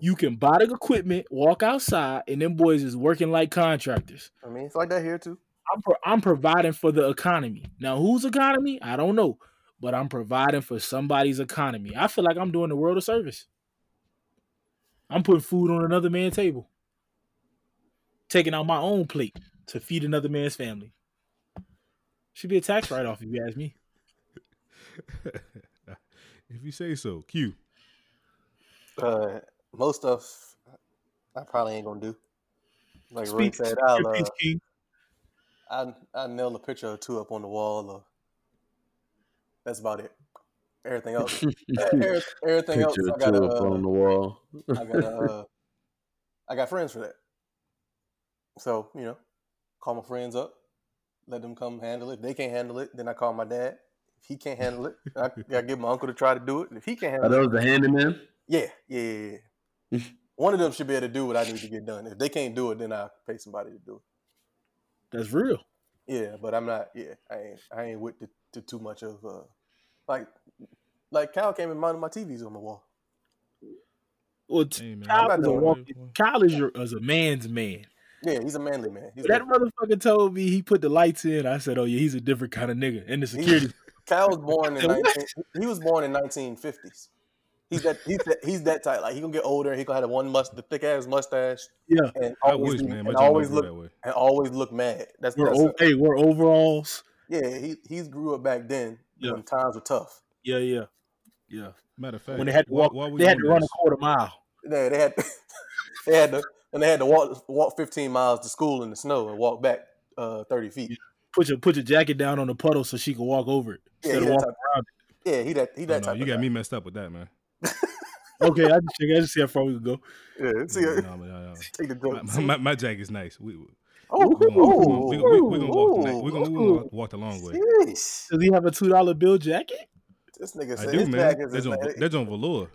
you can buy the equipment, walk outside, and them boys is working like contractors.
I mean, it's like that here too.
I'm pro- I'm providing for the economy. Now, whose economy? I don't know, but I'm providing for somebody's economy. I feel like I'm doing the world a service. I'm putting food on another man's table, taking out my own plate to feed another man's family. Should be a tax write off if you ask me.
If you say so, Q.
Uh, most stuff I probably ain't gonna do. Like Roy
Speak-
said,
speak
I'll
your
uh,
piece, King.
I I nail a picture or two up on the wall. Or that's about it. Everything else, everything, everything else,
Picture
I
of
got
two
to
up on
uh,
the wall.
I got uh, I got friends for that. So you know, call my friends up, let them come handle it. If they can't handle it, then I call my dad. If he can't handle it, I, I give my uncle to try to do it. If he can't
Are
handle
those
it,
the handyman?
yeah, yeah, yeah, yeah. One of them should be able to do what I need to get done. If they can't do it, then I pay somebody to do it.
That's real.
Yeah, but I'm not. Yeah, I ain't. I ain't with the, the too much of uh, like, like Kyle came and mounted my TVs on the wall.
Well, t-
Hey, man.
I'm
Kyle
not
is a
doing
walking. Kyle is, your, is a man's man.
Yeah, he's a manly man. He's
That
a-
motherfucker told me he put the lights in. I said, "Oh yeah, he's a different kind of nigga." And the security,
Kyle was born in
Said what?
19, he was born in 1950s. He's that he's that, he's that type. Like he gonna get older. He gonna have one must the thick ass mustache
yeah,
and
I
always
wish,
be-
man. My
and
job
always
don't
look
go that way.
and always look mad. That's,
we're
that's
o- hey, we're overalls.
yeah. He he grew up back then
Yeah.
when times were tough.
Yeah, yeah, yeah.
Matter of fact,
When they had to
why-
walk,
why we
they had
on
to run a
this?
quarter mile.
Yeah, they had they had to and they had to walk walk 15 miles to school in the snow and walk back uh, 30 feet.
Put your put your jacket down on the puddle so she could walk over it
Yeah,
instead
he
of
that
walking
type. Yeah, he that he
Oh,
that
no,
type.
you
of
got
guy.
me messed up with that, man.
Okay, I just I just see how far we could go.
Yeah, see,
No, no, no, no.
take the
My,
joke.
my, my, my jacket's nice. We, we,
Oh,
we're gonna, we, we, we, we gonna walk the,
ooh,
nice- we gonna, we
ooh.
gonna walk- walk the long way.
Sheesh.
Does he have a two dollar bill jacket?
This nigga
I
said
do,
his
man.
jacket is
That's on,
nice.
that's on velour.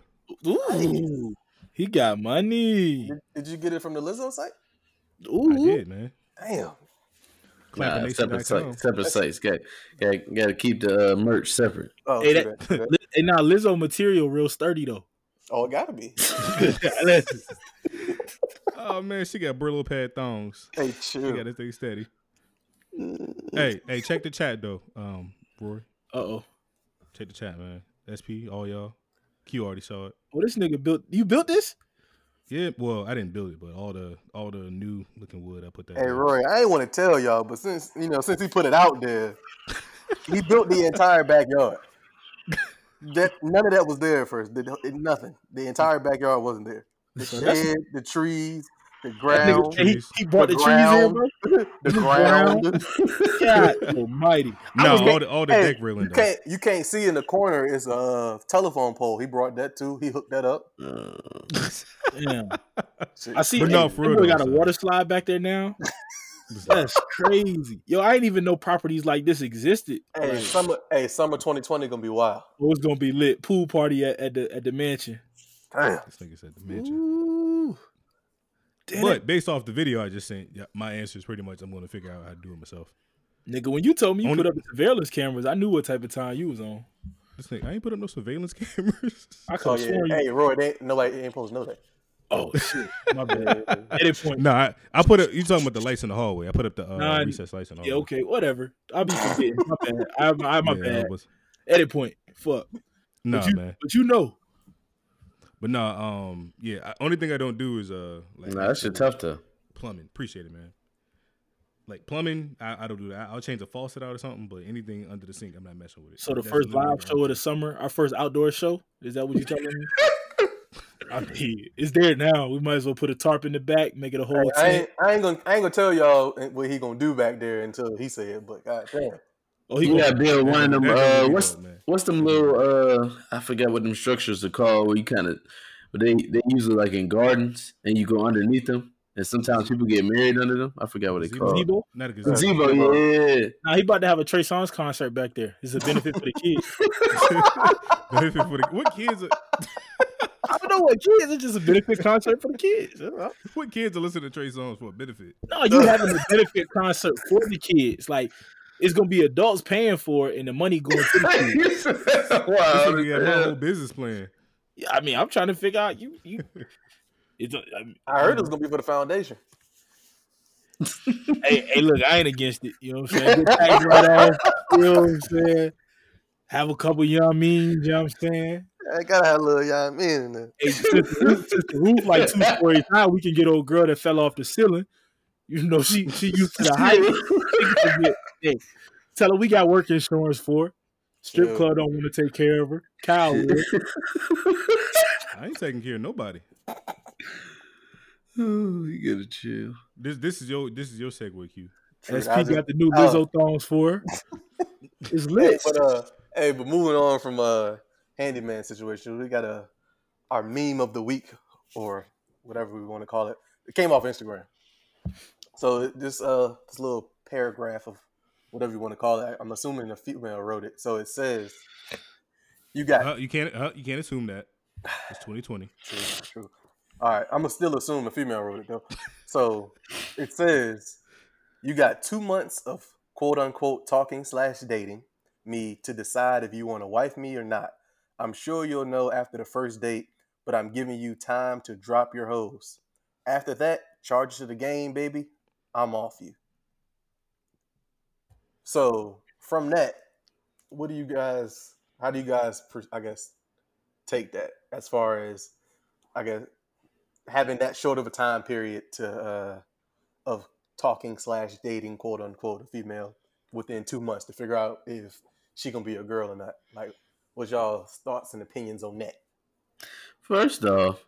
Ooh, he got money.
Did, did you get it from the Lizzo site?
I
Ooh,
did, man.
Damn.
Nah, separate
Clappermason.com.
sites. Separate sites. Got, got, got to keep the uh, merch separate.
Oh,
Hey,
see
that-
that- see that.
Li- and now Lizzo material real sturdy though.
oh, it gotta be.
Listen,
Oh man, she got Brillo pad thongs.
Hey,
She
chill.
got this thing steady.
Mm.
hey, hey, check the chat though, um, Roy.
Uh oh.
Check the chat, man. SP, all y'all. Q already saw it.
Well, this nigga built. You built this?
Yeah, well, I didn't build it, but all the all the new looking wood I put that.
Hey,
in.
Roy, I ain't want to tell y'all, but since you know, since he put it out there, he built the entire backyard. That none of that was there at first. The- the- nothing. The entire backyard wasn't there. The
So that's-
shed, the trees, the
That nigga,
ground,
Trees.
he, he brought the, trees in, bro.
the ground.
God almighty.
No,
was
all the all the
Hey,
deck railing
you
though.
can't you can't see in the corner is a uh, telephone pole. He brought that too. He hooked that up.
Uh,
Damn.
Shit.
I see.
But
But
no,
no,
for real
got
though,
a
son.
water slide back there now. That's crazy. Yo, I didn't even know properties like this existed.
Hey,
Like,
summer, hey, summer 2020 gonna be wild.
it was gonna be lit. Pool party at, at the at the mansion.
Damn.
This nigga said the mansion.
Ooh. Damn it.
But based off the video I just sent, yeah, my answer is pretty much I'm going to figure out how to do it myself.
nigga, when you told me you
Only-
put up the surveillance cameras, I knew what type of time you was on.
This thing, I ain't put up no surveillance cameras.
I could
Oh
have
yeah.
sworn you.
Hey, Roy, they, ain't- nobody ain't supposed to know that.
Oh shit, my bad. At that point,
no, I, I put up. You talking about the lights in the hallway? I put up the uh,
Nah,
recess lights in the hallway.
yeah, okay, whatever. I'll be forgetting. My bad. I, I,
Yeah,
my
I
bad.
was-
Edit point. Fuck.
nah,
but you,
man.
But you know,
But nah, um, yeah. I, only thing I don't do is uh, like
nah, that shit
actual
tough though.
plumbing. Appreciate it, man. like plumbing, I, I don't do that. I'll change a faucet out or something, but anything under the sink, I'm not messing with it.
So the
That's
first
literally
live
what I'm
show of the summer, our first outdoor show, is that what you're telling me? I mean, it's there now. We might as well put a tarp in the back, make it a whole
I
tent.
ain't, I ain't gonna I ain't gonna tell y'all what he gonna do back there until he said. it, But god damn,
Oh, he
You
gonna
gotta build one
doing.
of them.
That
Uh,
doesn't
what's
work, man.
what's them little? Uh, I forgot what them structures are called. Where you kind of, but they they usually like in gardens, and you go underneath them. And sometimes people get married under them. I forgot what they
Gazebo?
called.
Debo?
Not a gazebo.
Gazebo, yeah.
Nah, he about to have a Trey Songz concert back there. It's a benefit for the kids.
Benefit for the- what kids? Are,
I don't know what kids. It's just a benefit concert for the kids.
what kids are listening to Trey songs for a benefit?
No, you having a benefit concert for the kids. Like it's gonna be adults paying for it, and the money going to the
This
kids.
wow.
nigga got my whole business plan.
Yeah, I mean, I'm trying to figure out you. You. It's a, I mean,
I heard it was gonna be for the foundation.
hey, hey, look, I ain't against it. You know what I'm saying? Get tax right off. You know what I'm saying? Have a couple young means. You know what I'm saying?
I gotta have a little y'all men in there.
Hey, since, the roof, since the roof like two stories high, we can get old girl that fell off the ceiling. You know, she she used to the height. She can get- hey, tell her we got work insurance for. her. Strip
Yeah.
club don't want to take care of her. Kyle will.
I ain't taking care of nobody.
You gotta chill.
This this is your this is your segue, Q.
SP got the new
Oh.
Lizzo thongs for. her. It's
Hey,
lit.
but uh, hey, but moving on from uh, handyman situation, we got a our meme of the week or whatever we want to call it. It came off Instagram. So this uh, this little paragraph of whatever you want to call it, I'm assuming a female wrote it. So it says, "You got
Uh, you can't uh, you can't assume that. It's 2020.
True, true. All right, I'm gonna still assume a female wrote it though. So it says you got two months of quote unquote talking slash dating me to decide if you want to wife me or not. I'm sure you'll know after the first date, but I'm giving you time to drop your hose. After that, charge to the game, baby. I'm off you. So from that, what do you guys? How do you guys? per- I guess take that as far as I guess having that short of a time period to uh, of talking slash dating quote unquote a female within two months to figure out if she gonna be a girl or not. Like, what's y'all thoughts and opinions on that?
First off,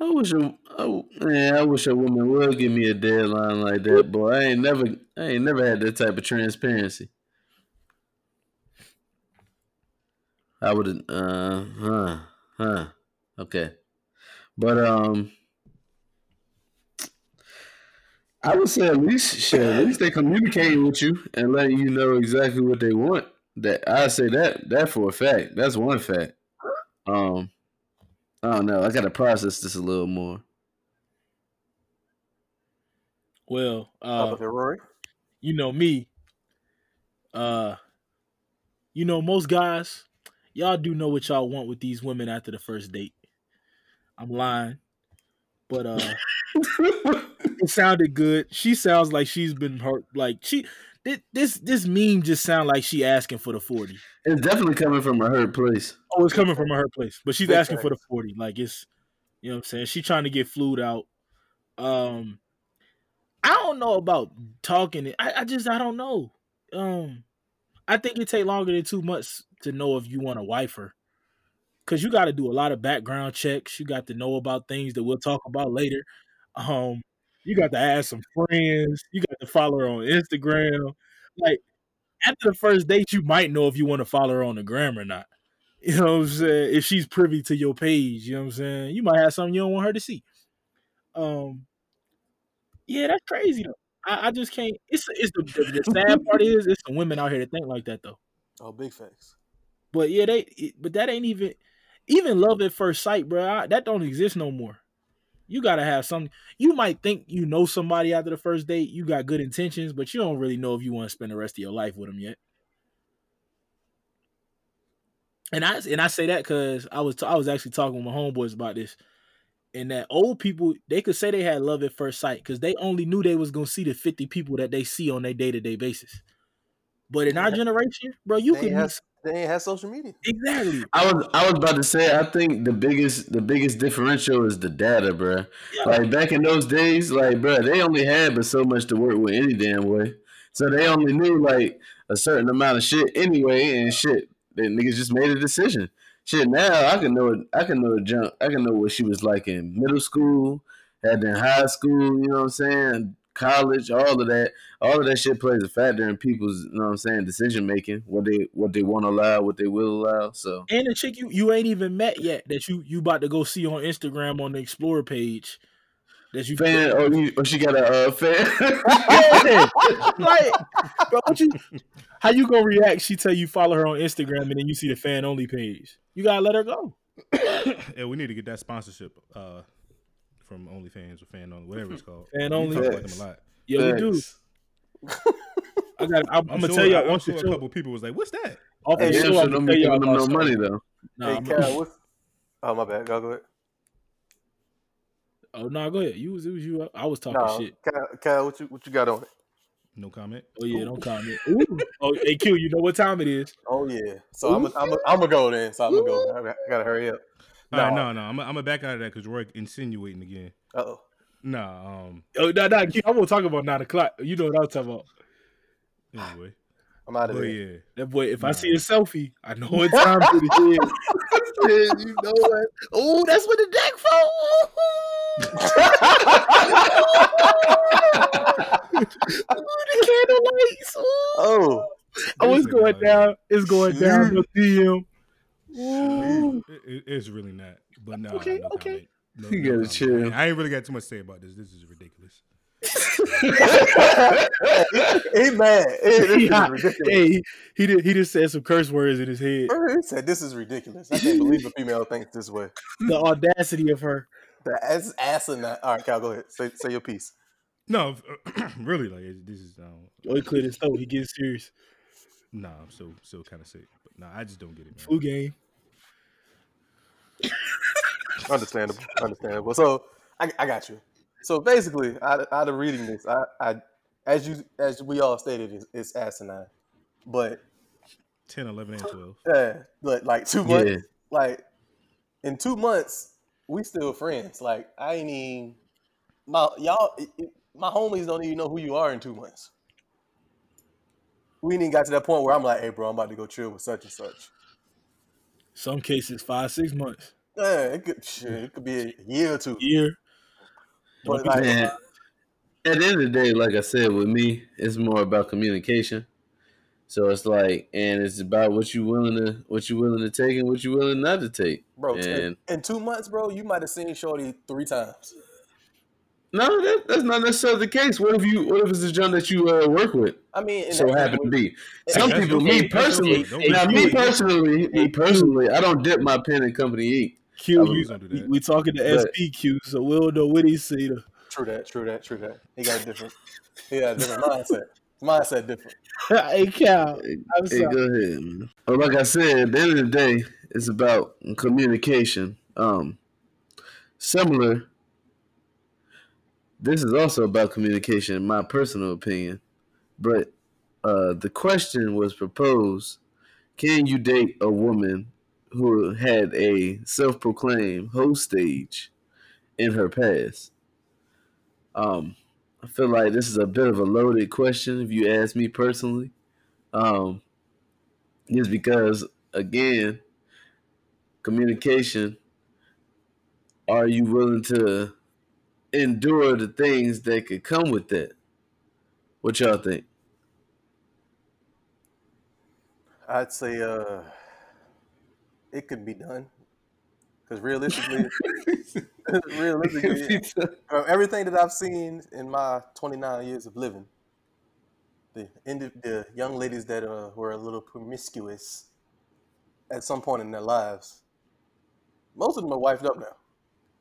I wish a I, man, I wish a woman would give me a deadline like that, boy. I ain't never I ain't never had that type of transparency. I would uh huh huh okay, but um. I would say at least shit, at least they communicating with you and letting you know exactly what they want. That I say that that for a fact. That's one fact. Um I don't know. I gotta process this a little more.
Well,
How
uh,
about that, Rory?
you know me. Uh, you know most guys, y'all do know what y'all want with these women after the first date. I'm lying, but uh, it sounded good. She sounds like she's been hurt. Like she, thi- this this meme just sound like she asking for the forty.
it's definitely coming from a hurt place.
Oh, it's coming from her place, but she's
Big
asking for the forty. Like it's, you know, what I'm saying she's trying to get flued out. Um, I don't know about talking. it. I, I just I don't know. Um, I think it take longer than two months to know if you want to wife her, because you got to do a lot of background checks. You got to know about things that we'll talk about later. Um, you got to ask some friends. You got to follow her on Instagram. Like after the first date, you might know if you want to follow her on the gram or not. You know what I'm saying? If she's privy to your page, you know what I'm saying? You might have something you don't want her to see. Um, yeah, that's crazy. Though. I, I just can't. It's it's the, the, the sad part is it's some women out here that think like that though.
Oh, big facts.
But yeah, they. It, but that ain't even even love at first sight, bro. I- that don't exist no more. You gotta have some. You might think you know somebody after the first date. You got good intentions, but you don't really know if you want to spend the rest of your life with them yet. And I and I say that because I was t- I was actually talking with my homeboys about this, and that old people they could say they had love at first sight because they only knew they was gonna see the fifty people that they see on their day to day basis. But in our
Yeah.
generation, bro, you
They
could meet
has- They ain't have social media.
Exactly.
I was I was about to say I think the biggest the biggest differential is the data, bruh. Like back in those days, like bruh, they only had but so much to work with any damn way. So they only knew like a certain amount of shit anyway, and shit, they niggas just made a decision. Shit, now I can know it. I can know a junk. I can know what she was like in middle school, had in high school. You know what I'm saying? College, all of that. All of that shit plays a factor in people's. You know what I'm saying? Decision making, what they what they want to allow, what they will allow. So
And the chick you, you ain't even met yet that you you about to go see on Instagram on the Explorer page that you
fan. Oh, you, oh she got a uh, fan.
Yeah. like, bro, what you, how you gonna react? She tell you follow her on Instagram and then you see the fan only page. You gotta let her go.
Yeah, we need to get that sponsorship uh, from OnlyFans or Fan Only, whatever it's called.
Fan
We
only.
talk about them a lot.
Yeah, we do.
Facts.
I got. I'm, I'm gonna
sure-
tell y'all.
I'm
Once
sure
the
a
show,
couple people was like, "What's that?"
off the
Hey,
Hey,
yeah,
show,
so
I'm
don't
gonna tell
be
y'all
giving them
about
no
something.
money though.
Nah,
hey,
I'm-
Kyle, what's? Oh my bad. Y'all go ahead.
oh no, go ahead. You was it was you. I I was talking
No,
shit.
Kyle, Kyle, what you what you got on it?
No comment.
Oh yeah, don't comment. Ooh. Oh, hey Q, you know what time it is?
Oh yeah. So I'm i I'm i I'm gonna go then. So I'm gonna go. I gotta- I gotta hurry up.
All right,
No.
no, no, I'm I'm gonna back out of that because Roy insinuating again.
Uh oh.
Nah, um,
Oh no, no, Q, I won't talk about nine o'clock. You know what I was talking about.
anyway,
I'm out of
but
here.
yeah,
That boy, if I
Nah.
see a selfie, I know what time it is.
you know what? Oh, that's what the deck for. the candle lights.
Oh,
Oh, it's
This nigga
going
out here.
down. It's going down. The DM.
It- it- it's really not. But no,
Okay,
no
okay.
comment. No-
You
no
gotta
comment.
chill.
I ain't really got too much to say about this. This is ridiculous.
he mad. Hey, this is
Yeah.
ridiculous.
Hey, he did. He just said some curse words in his head.
He said, "This is ridiculous. I can't believe a female thinks this way."
The audacity of her.
That's asinine. All right, Kyle, go ahead. Say, say your piece.
No, really, like it- this is um,
Oh, he cleared his throat. He gets serious.
nah. I'm still still kind of sick. But nah, I just don't get it, man.
Flu game.
Understandable. Understandable. So I, I got you. So basically, out, out of reading this, I, I as you as we all stated, it's, it's asinine. But
10, 11, and twelve.
uh, but like two months,
Yeah.
like in two months, we still friends. Like I ain't even my y'all. it- it- my homies don't even know who you are in two months. We ain't even got to that point where I'm like, "Hey, bro, I'm about to go chill with such and such."
Some cases five, six months,
Yeah, it could, shit, it could be a year or two.
year.
But
Don't
like,
be-
Man, at the end of the day, like I said, with me, it's more about communication. So it's like, and it's about what you willing to, what you willing to take, and what you willing not to take.
bro, t-
And-
in two months, bro, you might have seen Shorty three times.
No, that, that's not necessarily the case. What if you, what if it's a job that you uh, work with?
I mean, and
so
that-
happen to be. Some
that's
people,
your
me
fault. That's your
personally,
fault. Don't
now
be
me
cute.
personally, me personally, I don't dip my pen in company E. ink.
Q,
Please
you,
don't do that.
we talking to
But-
SPQ, so we'll know what he see. the-
True that. True that. True that. He got a different. he got a different mindset. Mindset different.
hey, Cal, I'm
Hey,
sorry.
go ahead. man. But like I said, at the end of the day, it's about communication. Um, similar. This is also about communication, in my personal opinion. But uh, the question was proposed: Can you date a woman who had a self-proclaimed host stage in her past? Um, I feel like this is a bit of a loaded question, if you ask me personally. Um, is because again, communication. Are you willing to endure the things that could come with that? What y'all think?
I'd say uh, it could be done because realistically, realistically, from everything that I've seen in my 29 years of living, the end the young ladies that uh, were a little promiscuous at some point in their lives, most of them are wifed up now.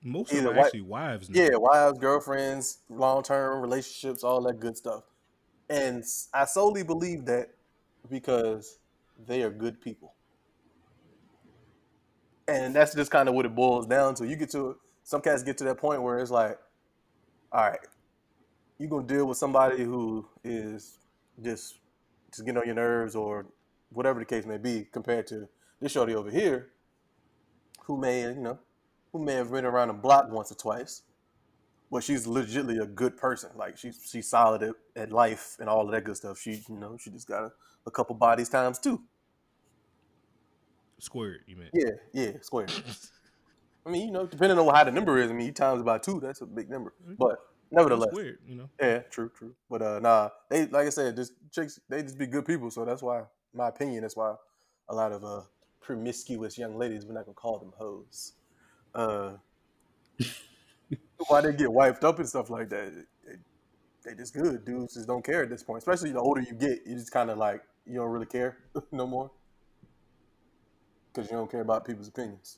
Most of them
Either
are
white-
actually wives. Now.
Yeah, wives, girlfriends, long term relationships, all that good stuff. And s- I solely believe that because they are good people. And that's just kind of what it boils down to. You get to some cats get to that point where it's like, all right, you're gonna deal with somebody who is just just getting on your nerves or whatever the case may be, compared to this shorty over here, who may you know, who may have been around the block once or twice, but she's legitimately a good person. Like she's she's solid at, at life and all of that good stuff. She you know she just got a, a couple bodies times two.
Squared, you meant.
Yeah, yeah, square. I mean, you know, depending on how the number is, I mean, you times by two, that's a big number. But nevertheless,
It's weird, you know.
yeah, true, true. But uh, nah, they like I said, just chicks, they just be good people. So that's why, my opinion, that's why a lot of uh promiscuous young ladies, we're not gonna call them hoes. Uh, why they get wiped up and stuff like that? They, they just good dudes just don't care at this point. Especially the older you get, you just kind of like you don't really care no more because you don't care about people's opinions.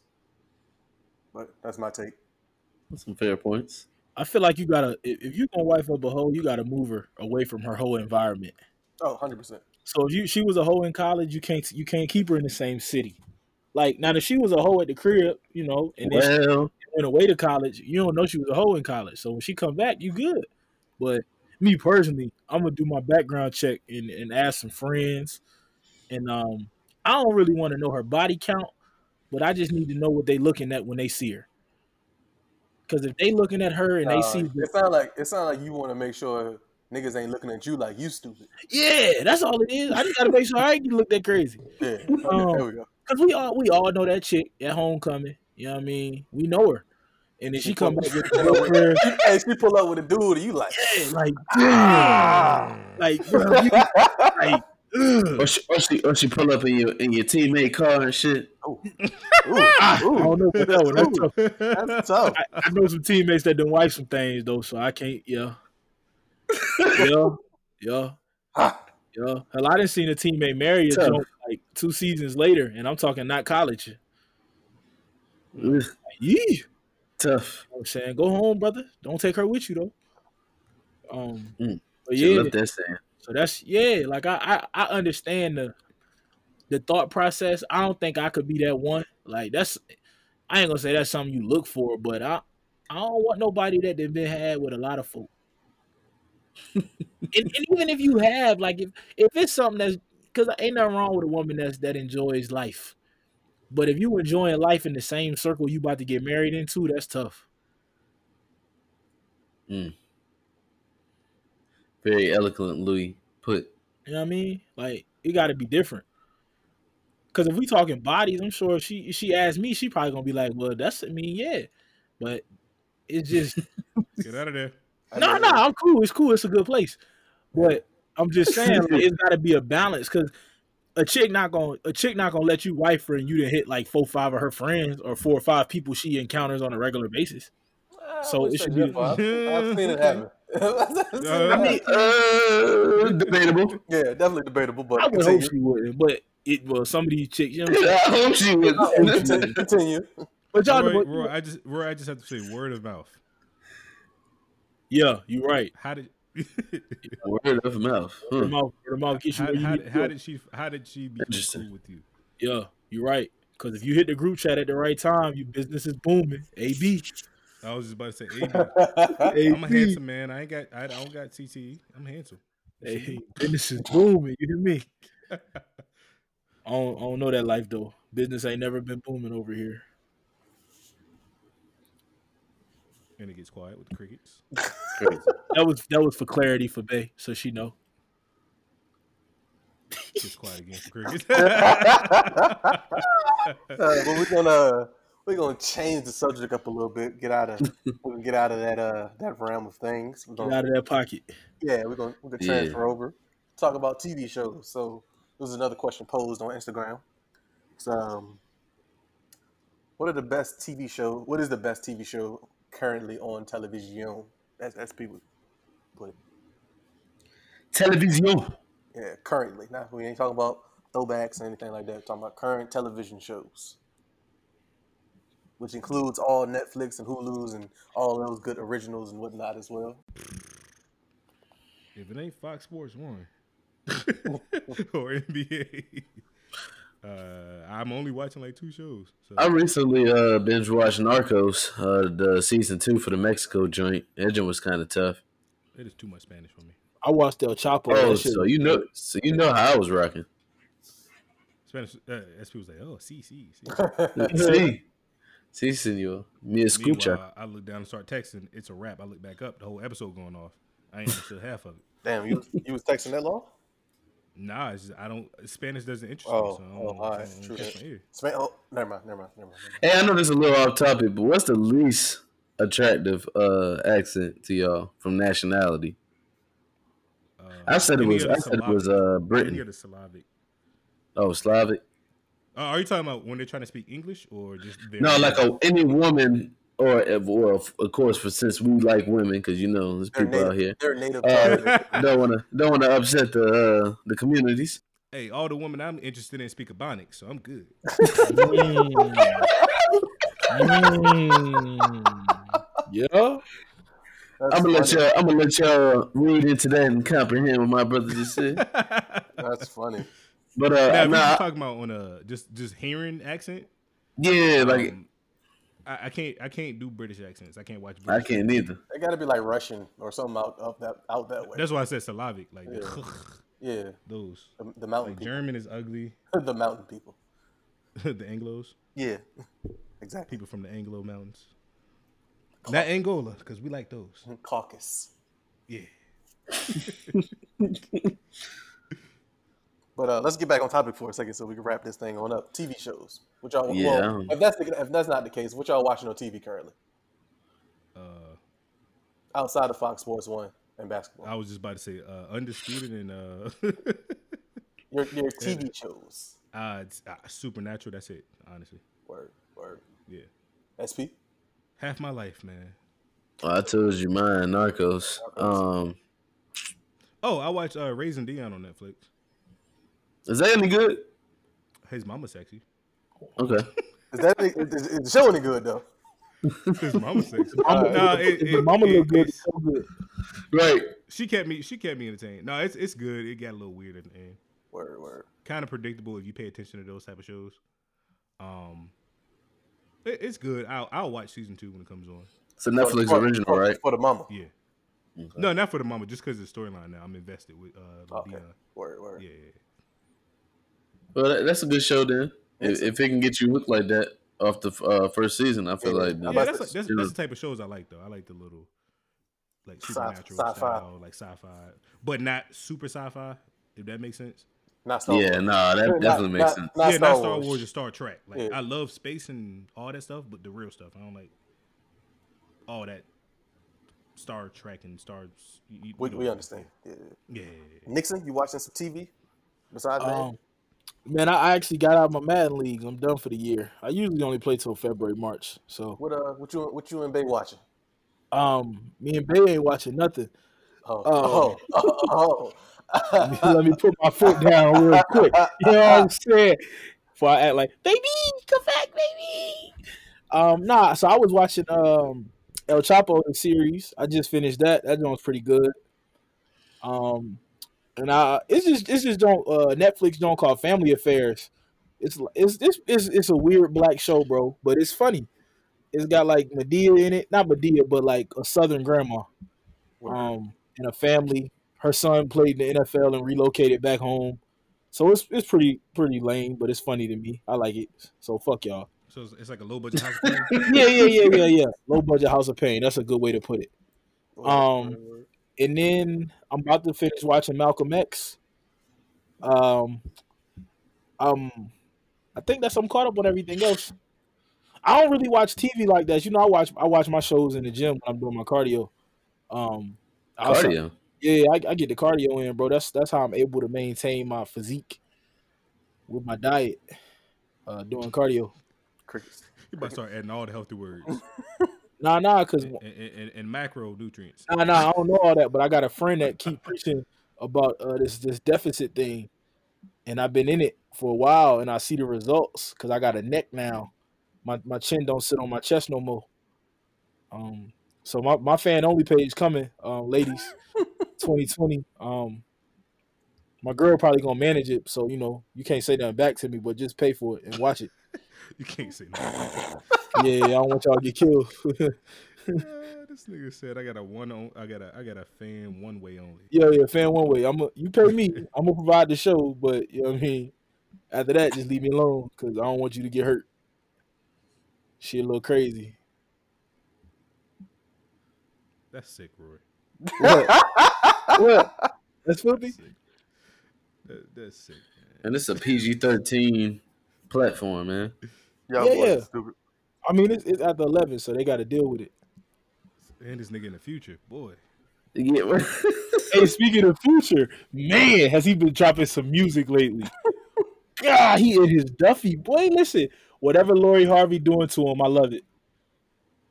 But that's my take.
That's some fair points.
I feel like you gotta if if you gonna wife up a hoe, you gotta move her away from her whole environment.
Oh, 100 percent.
So if you she was a hoe in college, you can't you can't keep her in the same city. Like now, if she was a hoe at the crib, you know, and then she
Well,
went away to college, you don't know she was a hoe in college. So when she come back, you good. But me personally, I'm gonna do my background check and, and ask some friends, and um, I don't really want to know her body count, but I just need to know what they looking at when they see her. Because if they looking at her and they see
it sound like it sound like you want to make sure niggas ain't looking at you like you stupid.
Yeah, that's all it is. I just gotta make sure I ain't get look that crazy.
Yeah, okay,
Um,
there we go.
Cause we all we all know that chick at homecoming. You know what I mean? We know her. And then she come back with her
hey, she pull up with a dude, and you like,
like damn. Like, bro, you- like ugh.
or she, or she, or she pull up in your in your teammate car and shit.
ooh,
I
ooh,
don't know about that one. That's tough.
that's tough.
I, I know some teammates that done wife some things though, so I can't yeah. Yeah, yeah,
Ha,
yeah. Hell I didn't seen a teammate marry a
Tough.
joint, like two seasons later, and I'm talking not college. Like,
Ugh,
yeah.
Tough.
know what I'm saying, go home, brother. Don't take her with you though. Um,
Mm.
but
She
yeah,
left that saying.
so that's yeah. Like I, I, I understand the the thought process. I don't think I could be that one. Like that's, I ain't gonna say that's something you look for, but I, I don't want nobody that they been had with a lot of folk. and, and even if you have, like, if if it's something that's because ain't nothing wrong with a woman that's that enjoys life. But if you enjoying life in the same circle you about to get married into, that's tough.
Very eloquent, Louis put.
You know what I mean? Like it got to be different. Cause if we talking bodies, I'm sure if she if she asked me, she probably gonna be like, "Well, that's I mean, yeah," but it's just
Get out of there.
I
no,
mean,
no. I'm cool. It's cool. It's a good place, but I'm just saying like, it's got to be a balance. Cause a chick not gonna a chick not gonna let you wife her and you done hit like four five of her friends or four or five people she encounters on a regular basis.
I
so
wouldn't
it should
say
be-
that far. I've seen- I've seen it happen. I've seen it
I mean,
happen.
Uh, debatable.
yeah, definitely debatable, but
I would hope
continue.
she wouldn't, but it well some of these chicks. You know what I'm saying?
I hope she was.
Continue. continue.
But y'all,
Roy,
but-
Roy, I just Roy, I just have to say word of mouth.
yeah, you're right.
How did
Word of mouth.
Word of
Huh.
mouth, word of mouth gets you
how,
where you
how,
need to go.
how did she how did she be
Interesting.
cool with you?
Yeah, you're right. Because if you hit the group chat at the right time, your business is booming. AB.
I was just about to say, AB, I'm a
AB.
handsome man. I ain't got I don't got TTE. I'm handsome.
Hey, business is booming. You hear me? I don't, I don't know that life, though. Business ain't never been booming over here.
And it gets quiet with the crickets.
Crazy.
That was that was for clarity for Bay, so she know.
It gets quiet again for crickets.
Uh, but we're gonna we're gonna change the subject up a little bit. Get out of we're gonna get out of that uh that realm of things. We're
Get
gonna,
out of that pocket.
yeah, we're gonna we're gonna
Yeah.
transfer over. Talk about TV shows. So this is another question posed on Instagram. So, um, what are the best TV show? What is the best TV show currently on television? That's that's people. Put it.
Television.
Yeah, currently. Now we ain't talking about throwbacks or anything like that. We're talking about current television shows, which includes all Netflix and Hulu's and all those good originals and whatnot as well.
if it ain't Fox Sports One or NBA. Uh, I'm only watching like two shows. So
I recently uh, binge watched Narcos, uh, the season two for the Mexico joint. That joint was kind of tough.
it is too much Spanish for me.
I watched El Chapo.
Oh,
That shit-
so you know, so you know how I was rocking.
Spanish. Uh, as people say, oh, see, see, see.
See, see, senor, me escucha.
Meanwhile, I look down and start texting. It's a wrap. I look back up. The whole episode going off. I ain't understood half of it.
Damn, you you was texting that long?
Nah, it's just, I don't. Spanish doesn't interest
Oh,
me. So I
oh,
don't,
all
I
right,
don't
true.
catch my ear.
Span- oh, never mind, never mind, never mind.
Hey, I know this is a little off topic, but what's the least attractive uh accent to y'all from nationality?
Uh,
I said it
any
was.
of
I
the
said it
Slavic-
was uh
Any of
Britain.
the Slavic.
Oh, Slavic.
Uh, are you talking about when they're trying to speak English or just their
No, like a, any woman or or of course, for since we like women, because you know there's
They're
people out here.
native. They're native.
Uh,
Florida.
don't want to don't want to upset the uh, the communities.
hey, all the women I'm interested in speak Ebonics, so I'm good.
Mm. Mm.
Yeah,
That's
I'm gonna let
funny.
y'all. I'm gonna let y'all read into that and comprehend what my brother just said.
now,
That's funny.
But uh,
if we
nah,
talking about on a just just hearing accent.
yeah, like
um, I, I can't I can't do British accents. I can't watch.
I
British
can't either.
They got to be like Russian or something out up that out that way.
That's why I said Slavic, like the
yeah,
those.
the, the mountain
Like German is ugly.
people. the mountain people.
the Anglo's
Yeah, exactly.
people from the Anglo mountains, not Angola, because we like those.
Caucus.
Yeah.
But uh, let's get back on topic for a second so we can wrap this thing on up. TV shows, which y'all
Yeah, um I
well,
don't-
if that's the, if that's not the case, what y'all watching on TV currently
Uh,
outside of Fox Sports One and basketball?
I was just about to say uh, undisputed and uh,
Your your TV shows.
uh, it's, uh, supernatural. That's it, honestly.
Word word.
Yeah.
SP.
Half my life, man.
I told you mine, Narcos. Um,
Oh, I watched uh, Raising Dion on Netflix.
is that any good?
His mama sexy.
Okay,
Is that is, is, is the show any good though?
His mama sexy.
Mama-
Nah, it-
if the
it-
mama
Mm. it-
look good.
it's-
it's so good.
right.
She kept me. She kept me entertained. No, it's it's good. It got a little weird at the end.
Word word.
Kind of predictable if you pay attention to those type of shows. Um, it, it's good. I'll I'll watch season two when it comes on.
It's a Netflix
For-
original,
for,
right?
For the mama.
Yeah.
Okay.
No, not for the mama. Just because the storyline now, I'm invested with uh
Okay.
Dion.
Word word.
Yeah, yeah, yeah.
Well, that, that's a good show then. If,
Yes.
if it can get you hooked like that off the uh, first season, I feel
Yeah,
like
I'm about
yeah
to-
that's, that's that's the type of shows I like though. I like the little like
Sci-
supernatural
sci-fi.
style, like sci-fi, but not super sci-fi. If that makes sense.
Not Star
yeah,
Wars.
nah, that
Not-
definitely makes
not-
sense.
Not
yeah,
Star
not Star Wars.
Wars.
or Star Trek. Like
Yeah.
I love space and all that stuff, but the real stuff. I don't like all that Star Trek and stars. You, you
We,
know what
we
I'm
understand. Yeah.
saying. Yeah, yeah, yeah.
Nixon, you watching some TV besides
Um, man, I I actually got out of my Madden leagues. I'm done for the year. I usually only play till February, March.
that?
So,
What uh, what you what you and Bay watching?
um, me and Bay ain't watching nothing.
Oh,
Oh.
oh, oh, oh,
Let me, let me put my foot down real quick. You know what I'm saying? Before I act like, baby, come back, baby. Um, nah, so I was watching um El Chapo the series. I just finished that. That joint's pretty good. Um, and I it's just it's just don't uh Netflix don't call Family Affairs. It's it's it's it's, it's a weird black show, bro, but it's funny. It's got like Medea in it, not Medea, but like a Southern grandma um, and a family. Her son played in the NFL and relocated back home, so it's it's pretty pretty lame, but it's funny to me. I like it, so fuck y'all.
So it's, it's like a low budget house. thing.
Yeah, yeah, yeah, yeah, yeah. Low budget House of Pain. That's a good way to put it.
oh.
Um, And then I'm about to finish watching Malcolm X. Um, um, I think that's I'm caught up on everything else. I don't really watch TV like that. You know, I watch I watch my shows in the gym when I'm doing my cardio. Um, outside-
Cardio.
Yeah, I, I get the cardio in, bro. That's that's how I'm able to maintain my physique with my diet, uh, doing cardio.
crickets.
you about to start adding all the healthy words
Nah, nah, cause
and, and, and, and macronutrients.
nah, nah, I don't know all that, but I got a friend that keep preaching about uh, this this deficit thing, and I've been in it for a while, and I see the results because I got a neck now. My my chin don't sit on my chest no more. Um, so my my fan only page coming, um, ladies, twenty twenty. Um, my girl probably gonna manage it, so you know you can't say nothing back to me, but just pay for it and watch it.
You can't say no.
Yeah, I don't want y'all to get killed.
Ah, this nigga said I got a one on. I got a I got a fan one way only.
yeah, yeah, fan one way. I'm a, you pay me, I'm gonna provide the show, but you know what I mean. After that, just leave me alone because I don't want you to get hurt. She a little crazy.
That's sick, Roy.
What? what? That's filthy.
That's sick. That, that's sick.
And it's a PG thirteen platform, man.
Y'all
Yeah,
boys
yeah.
are stupid.
I mean, it's, it's after eleven, so they got to deal with it.
And this nigga in the future, boy.
You get what?
Hey, speaking of future, man, has he been dropping some music lately? God, he in his Duffy boy. Listen, whatever Lori Harvey doing to him, I love it.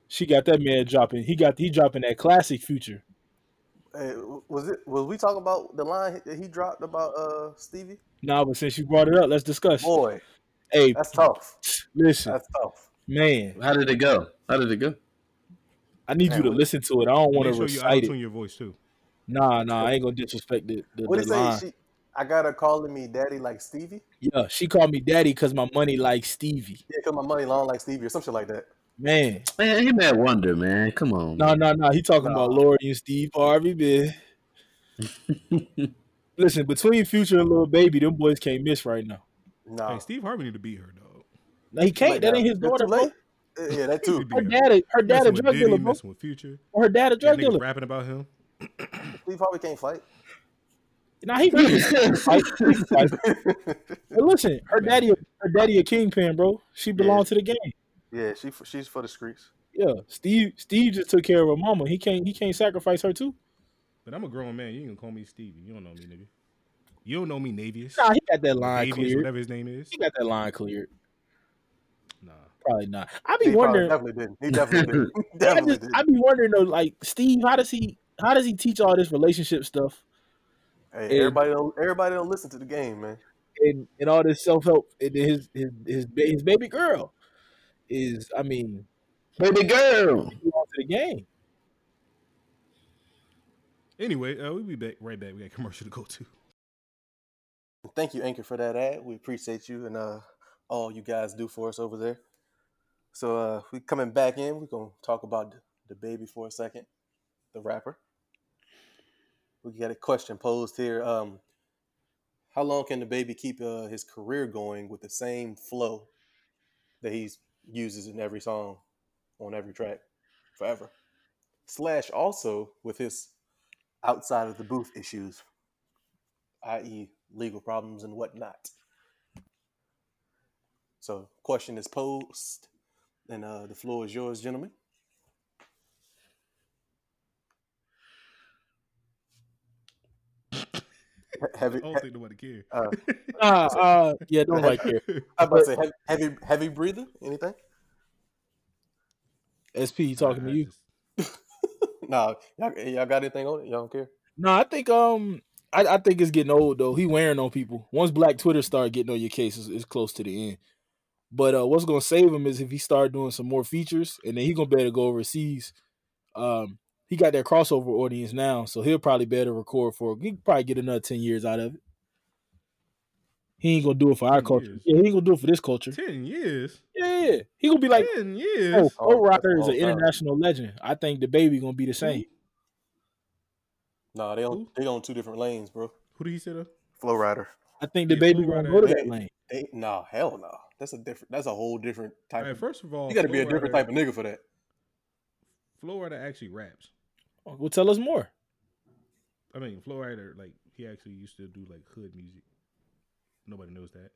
She got that man dropping. He got he dropping that classic future.
Hey, was it? Was we talking about the line that he dropped about uh Stevie?
Nah, but since you brought it up, let's discuss.
Boy,
hey,
that's tough.
listen,
That's tough.
man,
How did it go? How did it go?
I need you to listen to it. I don't want
Make
to
sure you
recite
auto-tune
it.
your voice too.
Nah, nah, I ain't gonna disrespect the, the,
What
the
did say?
line.
She, I got her calling me daddy like Stevie.
yeah, she called me daddy because my money like Stevie.
Yeah, cause my money long like Stevie or some shit like that.
Man,
Man, him at Wonder, man. Come on.
No,
man.
no, no. He talking
Mm. Nah.
about Lori and Steve Harvey, man. Listen, between Future and Lil Baby, them boys can't miss right now.
Nah,
Hey, Steve Harvey need to beat her, dog.
No, he can't.
Like
that
that.
ain't his
That's
daughter.
too
Bro.
late. Yeah, yeah, that
He
too.
need to
Her
beat her.
dad, a- her dad, a
Messing with
drug
Diddy,
dealer, bro.
messing with Future.
Her dad, a
That
drug
niggas
dealer.
rapping about him.
Steve probably can't fight.
Nah, he really. like, he like- But listen, her daddy, her daddy, a kingpin, bro. She belonged to the game.
Yeah, she f- she's for the streets.
Yeah, Steve. Steve just took care of her mama. He can't. He can't sacrifice her too.
But I'm a grown man. You ain't gonna call me Stevie. You don't know me, nigga. You don't know me, Navius.
Nah, he got that line
Navius,
cleared.
whatever his name is.
He got that line cleared.
Nah.
Probably not. I be
He probably
wondering.
definitely didn't. He definitely didn't. He
I
definitely
just
did.
I be wondering though, like Steve, how does he how does he teach all this relationship stuff
Hey, everybody don't everybody don't listen to the game, man.
and, and all this self help and then his his his, ba- his baby girl is I mean
Baby girl.
she belongs to the game.
Anyway, uh, we'll be back right back. We got commercial to go to.
Thank you, Anchor, for that ad. We appreciate you and uh, all you guys do for us over there. So uh, we coming back in. We're gonna talk about the, the baby for a second, the rapper. We got a question posed here. Um, how long can the baby keep uh, his career going with the same flow that he uses in every song, on every track, forever? Slash also with his outside of the booth issues i.e., legal problems and whatnot. So, question is posed, and uh, the floor is yours, gentlemen. heavy,
I don't think nobody care.
uh,
Uh, uh, yeah, don't like here.
I'm about to say heavy, heavy, heavy breather. Anything?
SP you talking to you.
Nah, y'all, y'all got anything on it? Y'all don't care.
No, I think um I, I think it's getting old though. He wearing on people. Once Black Twitter start getting on your case, it's, it's close to the end. But uh, what's gonna save him is if he start doing some more features, and then he gonna be able to go overseas. Um, he got that crossover audience now, so he'll probably be able to record for. He can probably get another ten years out of it. He ain't gonna do it for our
10
culture.
years?
Yeah, he ain't gonna do it for this culture.
Ten years.
Yeah, yeah. he gonna be like,
Ten years.
oh,
Oh,
oh Rocker is
oh,
an
God.
international legend. I think the baby gonna be the same.
Nah, they on
Who?
they on two different lanes, bro.
Who did he say though?
Flow rider.
I think the
Yeah,
baby
Flo
gonna
Rida
go to
ain't
that
it.
lane.
They, nah, hell no. That's a different. That's a whole different
All
type.
right,
of,
first of all,
you got to be a
Flo
different
Rida-
type of nigga for that.
Flo Rida actually raps.
Well, tell us more.
I mean, Flo Rida, like he actually used to do like hood music. Nobody knows that,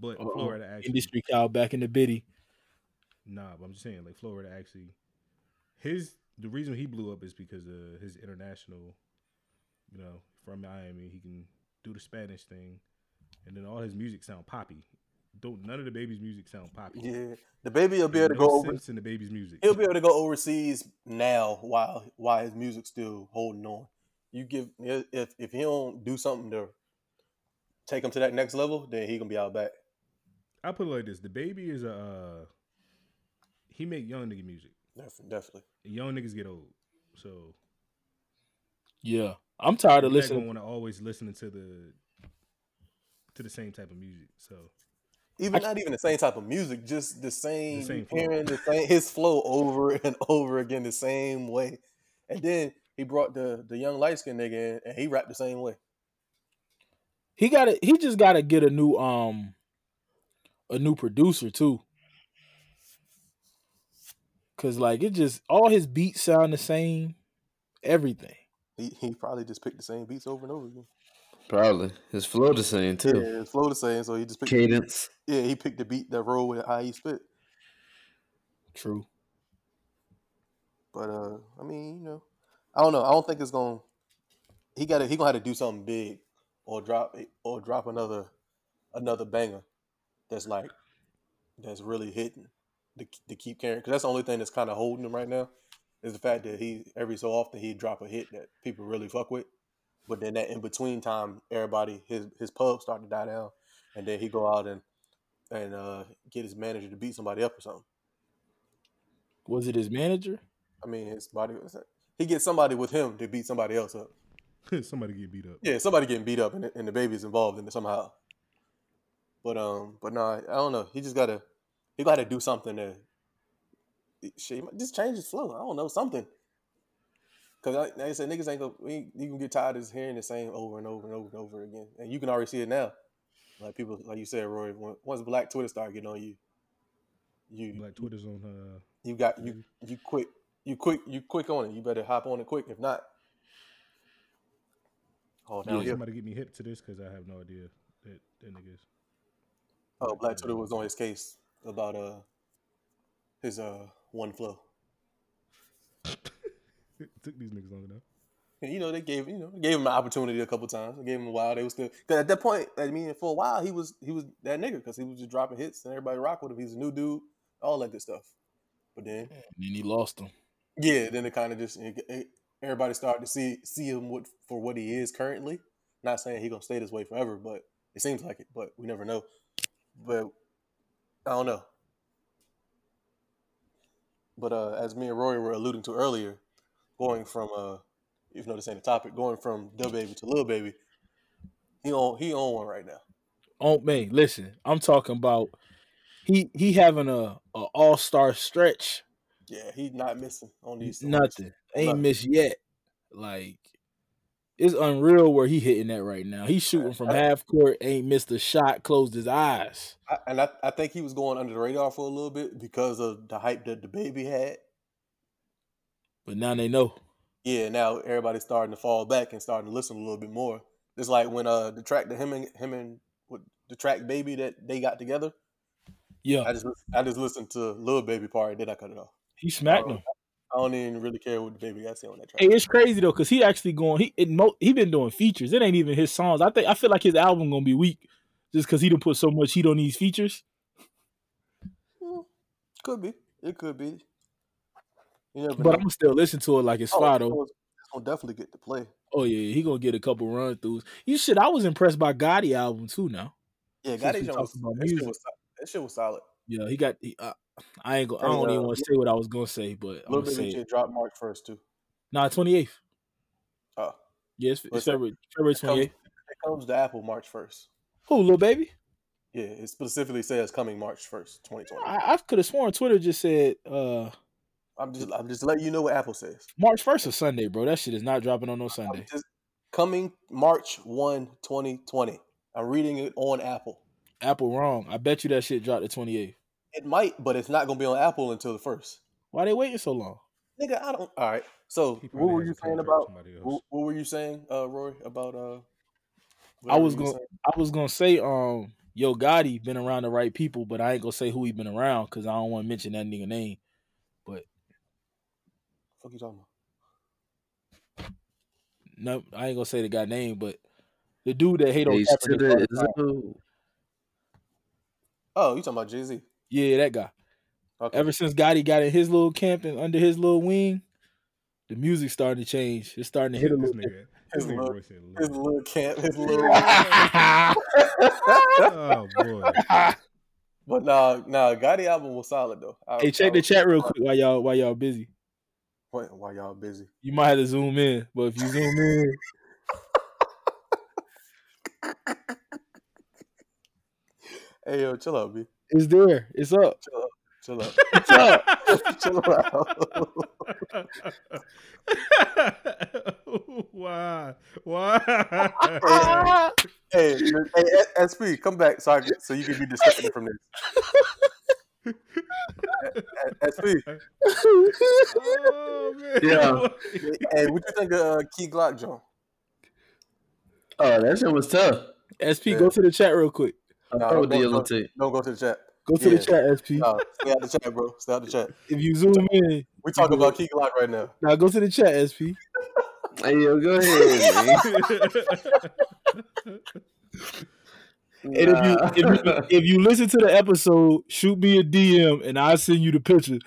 but
Uh-oh.
Flo Rida actually.
Industry cow back in the biddy.
Nah, but I'm just saying, like Flo Rida actually, his the reason he blew up is because of his international, you know, from Miami, he can do the Spanish thing, and then all his music sound poppy. Don't none of the baby's music sound poppy.
Yeah, the baby will be
There's
able to
no
go over.
sense in the baby's music.
He'll be able to go overseas now while while his music's still holding on. You give if if he don't do something to take him to that next level, then he gonna be out back.
I put it like this: the baby is a uh, he make young nigga music.
Definitely, definitely.
And young niggas get old, so
Yeah, I'm
you're not
tired of
gonna
listening.
want to always listening to the to the same type of music. So
Even not even the same type of music, just the same,
same
you
flow.
hearing the same his flow over and over again the same way. And then he brought the the young light skinned nigga in and he rapped the same way.
He got to He just got to get a new um a new producer too. Cause like it just all his beats sound the same, everything.
He, he probably just picked the same beats over and over again.
Probably his flow the same too.
Yeah, it's flow the same, so he just picked.
Cadence.
Yeah, he picked the beat that rolled with how he spit.
True.
But uh, I mean, you know, I don't know. I don't think it's gonna. He got to He gonna have to do something big, or drop or drop another another banger that's like that's really hitting to, to keep carrying. Because that's the only thing that's kind of holding him right now is the fact that he every so often he drop a hit that people really fuck with, but then that in between time, everybody his his pub start to die down, and then he go out and and uh, get his manager to beat somebody up or something.
Was it his manager?
I mean, his body. He gets somebody with him to beat somebody else up.
Somebody get beat up.
Yeah, somebody getting beat up, and, the- and the baby's involved in it somehow. But um, but nah, I don't know. He just gotta, he gotta do something to. Shit, he might- just change his flow. I don't know something. Cause I, like I said, niggas ain't gonna. We, ain't- you can get tired of just hearing the same over and over and over and over again, and you can already see it now. Like people, like you said, Roy. when- Once Black Twitter start getting on you, you
Black Twitter's on. Uh,
you got you you quick you quick you quick on it. You better hop on it quick. If not, oh now
yeah,
yeah.
somebody get me hip to this because I have no idea that that niggas.
oh Black Twitter was on his case about uh his uh one flow.
It took these niggas long enough.
And, you know they gave you know gave him an opportunity a couple times. They gave him a while. They was still 'cause at that point. I mean, for a while he was he was that nigga because he was just dropping hits and everybody rock with him. He's a new dude, all that good stuff. But then
And then he lost him.
Yeah, then it kind of just it, it- everybody started to see see him what for what he is currently. Not saying he gonna stay this way forever, but it seems like it. But we never know. But I don't know. But uh, as me and Rory were alluding to earlier, going from uh, even though this ain't a topic, going from Dub Baby to Lil Baby, he on he on one right now.
Oh man, listen, I'm talking about he he having a, a all star stretch.
Yeah, he not missing on these. songs.
Nothing. Ain't
Nothing.
missed yet. Like it's unreal where he hitting at right now. He's shooting from half court, ain't missed a shot, closed his eyes.
I, and I, I think he was going under the radar for a little bit because of the hype that the baby had.
But now they know.
yeah, now everybody's starting to fall back and starting to listen a little bit more. It's like when uh the track that him and him and what, the track baby that they got together. I
Yeah,
just lis- I just listened to Lil Baby part and then I cut it off.
he smacked him.
I don't even really care what the baby got to say on that track.
Hey, it's crazy though, cause he actually going. He it mo- he been doing features. It ain't even his songs. I think I feel like his album gonna be weak, just cause he done put so much heat on these features.
Hmm, could be, it could be. You never
But
know.
I'm still listen to it like
Oh,
it's fire though.
it's gonna definitely get to play.
Oh yeah, yeah, he gonna get a couple run throughs. You shit, I was impressed by Gotti album too. Now,
Yeah,
Since
got
we
it. That,
talking about
shit
music.
was sol- that shit was solid.
yeah, he got. He, uh, I ain't. Go, I
Hey,
don't even
uh,
want to say what I was gonna say, but I'm
Lil
gonna
Baby
say it.
shit dropped March first too.
Nah, 28th.
Oh,
Yeah, it's, it's
What's that?
February February
it comes,
28th.
it comes to Apple March first.
Who, little baby?
Yeah, it specifically says coming March first, twenty twenty.
I, I could have sworn Twitter just said uh
I'm just I'm just letting you know what Apple says.
March first or Sunday, bro. That shit is not dropping on no
I'm
Sunday.
just coming March 1, 2020. I'm reading it on Apple.
Apple wrong. I bet you that shit dropped the 28th.
It might, but it's not gonna be on Apple until the first.
Why they waiting so long?
Nigga, I don't all right. So
He
what
probably
were
has
you
a
saying
contract with
about
somebody
what,
else.
what were you saying, uh Roy, about uh
I
whatever
was
you were
gonna
saying?
I was gonna say um Yo Gotti been around the right people, but I ain't gonna say who he been around because I don't want to mention that nigga name.
fuck you talking about?
No, I ain't gonna say the guy name, but the dude that hate on
H to
Kaepernick. all
the
the time.
zoo.
Oh, you talking about Jay Z.
Yeah, that guy.
Okay.
Ever since Gotti got in his little camp and under his little wing, the music starting to change. It's starting to hit a
This
little bit.
nigga, this
His
nigga
look-
Roy said,
his
"Look."
little camp, his little
"Oh boy,
But nah, nah, Gotti album was solid though. I,
Hey, check
I-
the chat real quick while y'all while y'all busy.
Wait, why y'all busy?
You might have to zoom in, but if you zoom in,
Hey yo, chill out, B.
it's there. It's up.
Chill out.
It's up.
chill out.
Oh, why, why?"
hey, hey, S- SP, come back so I can, so you can be distracted from this. A- A- SP,
Oh man.
Yeah.
hey, what you think of uh, Key Glock, John?
Oh, that shit was tough.
SP, go to the chat real quick.
I
Nah,
fuck with
don't-
the yellow tape.
Don't go to the chat.
Go to
Yeah.
the chat, SP.
No, stay out the chat, bro. Stay out the chat.
If you zoom in,
We're talking about Key Glock right now.
now go to the chat, SP.
Hey, yo, go ahead. man.
And if you, if you if you listen to the episode, shoot me a DM and I'll send you the picture.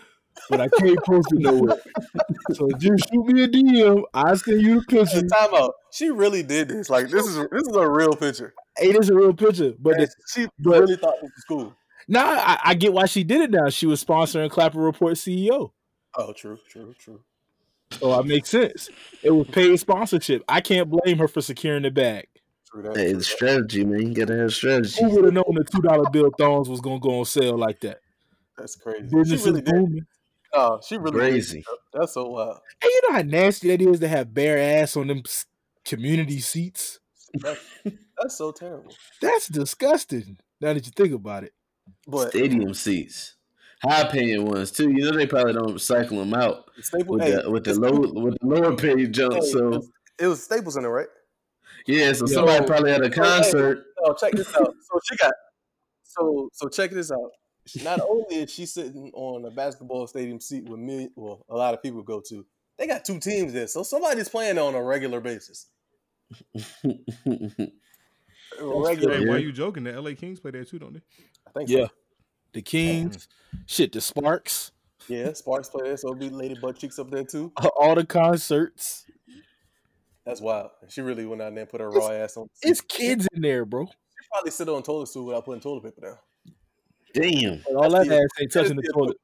But I can't post it nowhere. so just shoot me a DM. I'll send you the
Hey,
picture.
time out. She really did this. Like this is this is a real picture.
Hey, this is a real picture. But
And
the,
she
but-
really thought this was cool.
now I, I get why she did it now. She was sponsoring Clapper Report CEO.
Oh, true, true, true.
So that makes sense. It was paid sponsorship. I can't blame her for securing the bag.
True that.
Hey, the strategy, man. You gotta have strategy.
Who would have known the two dollar bill thongs was gonna go on sale like that?
That's crazy. She
Business
really did.
is booming.
Oh, she really did.
Crazy.
That's so uh, wild.
Hey, you know how nasty that is to have bare ass on them s- community seats.
That's, that's so terrible.
That's disgusting. Now that you think about it,
But
Stadium seats, high paying ones too. You know they probably don't recycle them out
Staples,
with
hey,
the with the
it's
low
cool.
with the lower paid junk.
Hey,
so
it's- it was Staples in it, right?
yeah, so
Yo.
somebody probably at a concert.
Oh, check this out. So she got so so check this out. Not only is she sitting on a basketball stadium seat with me, well, a lot of people go to. They got two teams there, so somebody's playing on a regular basis. A Regular,
Hey, why you joking? The LA Kings play there too, don't they?
I think.
Yeah.
So.
the Kings, shit, the Sparks,
Yeah, Sparks play there, so it'll be Lady Butt Cheeks up there too.
all the concerts.
That's wild. She really went out there and put her raw ass on. She
It's kids in there, bro.
probably sit on toilet stool without putting toilet paper down.
Damn.
But all that
Yeah.
ass ain't touching the toilet.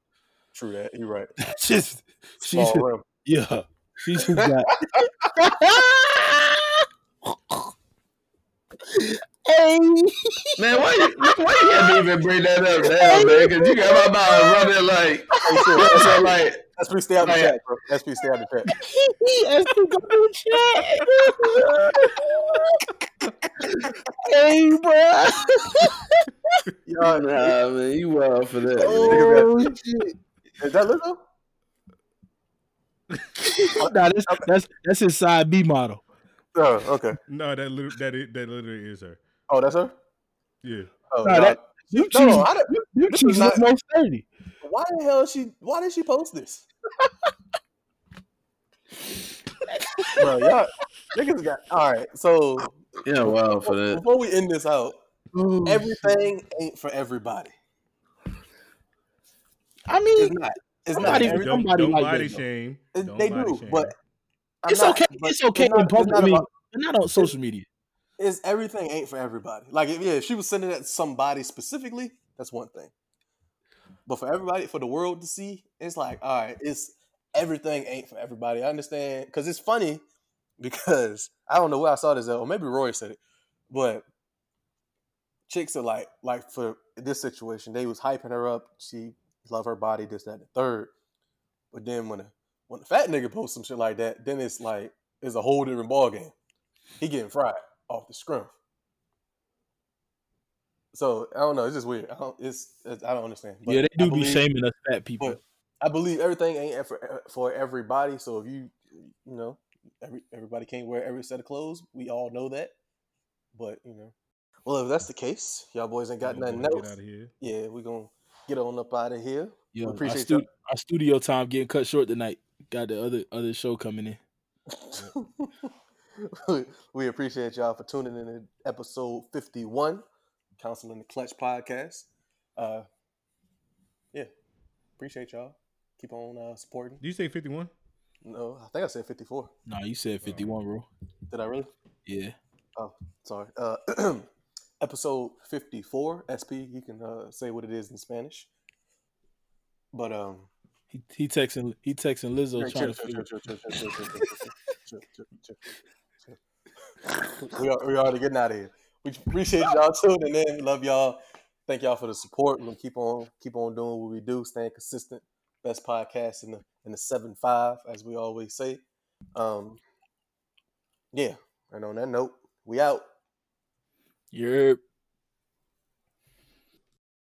True that. You're right.
Just she,
Small
just-
rim.
yeah, she just got. hey,
Man, why you why you had to even bring that up now, man? Cause you got my mind running like
Hey, sure.
so like
That's pretty
Oh,
stay out of
Hey.
the chat, bro. That's pretty stay out of the chat.
that's the golden hey, bro.
nah, man, you wild for that. man.
Oh shit.
Is that Lizzo?
nah, that's, that's that's his side B model.
Oh, okay.
No, that lit- that i- that literally is her.
Oh, that's her.
Yeah.
Oh,
Nah,
y'all-
that- You choose,
no, no, I did
you, you
this
choose
is not-
most thirty.
why the hell is she? Why did she post this? Bro, y'all, niggas got all right. So
Yeah, wild for that.
before we end this out,
Oh,
everything ain't for everybody.
I
It's
mean,
not. It's
I'm
not.
not even-
Every-
Don't,
somebody
don't
like
body
that, though.
shame.
It-
Don't
they
body
do,
shame.
but I'm
it's
not-
okay.
but
It's okay
not-
in
it's
public.
not
I mean,
about-
but not on social media.
is everything ain't for everybody. Like if, yeah, if she was sending that to somebody specifically, that's one thing. But for everybody, for the world to see, it's like, all right, it's everything ain't for everybody. I understand because it's funny because I don't know where I saw this at, or maybe Roy said it, but chicks are like, like for this situation, they was hyping her up. She love her body, this, that, and the third. But then when a when a fat nigga posts some shit like that, then it's like it's a whole different ball game. He getting fried off the scrum. So I don't know. It's just weird. I don't. It's, it's I don't understand.
yeah,
I
they do be
believe-
shaming us fat people.
but I believe everything ain't for for everybody. So if you you know every everybody can't wear every set of clothes, we all know that. But you know, well if that's the case, y'all boys ain't got
Yeah,
nothing
boy, Get
else.
out of here.
Yeah, we gonna get on up out of here.
Yo, our,
appreciate
stu-
y'all.
our studio time getting cut short tonight. Got the other other show coming in.
we appreciate y'all for tuning in to episode 51, Council in the Clutch podcast. Uh, yeah, appreciate y'all. Keep on uh, supporting.
Did you say fifty one?
No, I think I said 54.
Nah, you said fifty one, bro.
Did I really?
Yeah,
Sorry. Uh, episode 54, SP. You can uh, say what it is in Spanish. But, um,
he he texting he texting Lizzo
Chill,
trying to
chill,
figure.
chill, chill, chill, chill, chill, chill, chill, chill, chill, chill. we are we already getting out of here. We appreciate y'all tuning in. Love y'all. Thank y'all for the support. We'll keep on keep on doing what we do, staying consistent. Best podcast in the in the seven five, as we always say. Um yeah. And on that note, we out.
You're